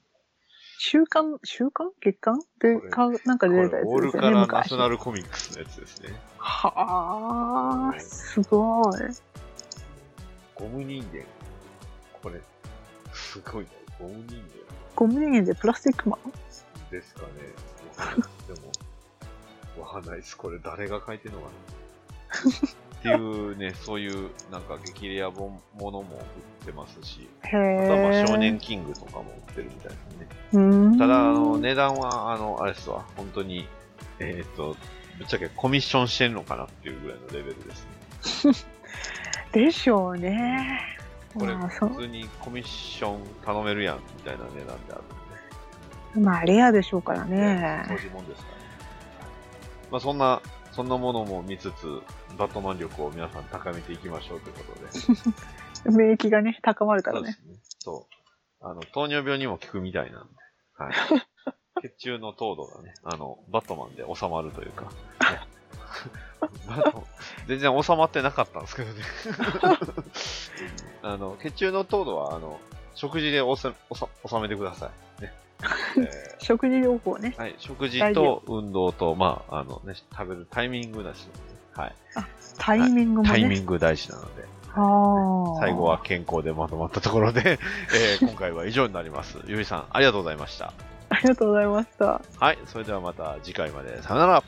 [SPEAKER 5] 週刊、週刊月刊で
[SPEAKER 4] これ
[SPEAKER 5] 買う、なんか
[SPEAKER 4] こ
[SPEAKER 5] 出
[SPEAKER 4] れ、
[SPEAKER 5] てたや
[SPEAKER 4] オー
[SPEAKER 5] つで
[SPEAKER 4] ル
[SPEAKER 5] す
[SPEAKER 4] カ
[SPEAKER 5] よね、
[SPEAKER 4] ラーナシ
[SPEAKER 5] 昔
[SPEAKER 4] ョ。ナルコミックスのやつですね。
[SPEAKER 5] はあ、すごい。
[SPEAKER 4] ゴム人間。これ、すごいね。ゴム人
[SPEAKER 5] ゴム人間でプラスチックマン
[SPEAKER 4] 間ですかね。 [laughs] わかんないでも、わかんないです。これ誰が書いてんのかな。っていう
[SPEAKER 5] [laughs]
[SPEAKER 4] ね、そういう、なんか激レア本ものも売ってますし、
[SPEAKER 5] へ
[SPEAKER 4] あ
[SPEAKER 5] え。
[SPEAKER 4] とはまあ少年キングとかも売ってるみたいですね。
[SPEAKER 5] うん。
[SPEAKER 4] ただ、あの、値段は、あの、あれですわ、本当に、えーっ、と、ぶっちゃけコミッションしてんのかなっていうぐらいのレベルですね。
[SPEAKER 5] でしょうね。
[SPEAKER 4] これ、
[SPEAKER 5] まあ、そ
[SPEAKER 4] 普通にコミッション頼めるやん、みたいな値段であるんで。
[SPEAKER 5] まあ、レアでしょうから
[SPEAKER 4] 当
[SPEAKER 5] ね。
[SPEAKER 4] 時もんですからね。まあそんな、そんなものも見つつ、バットマン力を皆さん高めていきましょうということで。そう
[SPEAKER 5] 免疫がね、高まるから
[SPEAKER 4] で
[SPEAKER 5] ね。
[SPEAKER 4] すね。そう。あの、糖尿病にも効くみたいなんで。はい。血中の糖度がね、あの、バットマンで収まるというか。ね [laughs] バット全然収まってなかったんですけどね。あの、血中の糖度は、あの、食事でおさおさ収めてください。ね。えー
[SPEAKER 5] 食事療法ね。
[SPEAKER 4] はい、食事
[SPEAKER 5] 大
[SPEAKER 4] と
[SPEAKER 5] 事
[SPEAKER 4] 運動と、まあ、あのね、食べるタイミングだし、はい、
[SPEAKER 5] タイミングもね。
[SPEAKER 4] タイミング大事なので、
[SPEAKER 5] ああ。
[SPEAKER 4] 最後は健康でまとまったところで、 [laughs] えー今回は以上になります。ゆりさん、ありがとうございました。
[SPEAKER 5] ありがとうございました。
[SPEAKER 4] はい、それではまた次回まで。さよなら。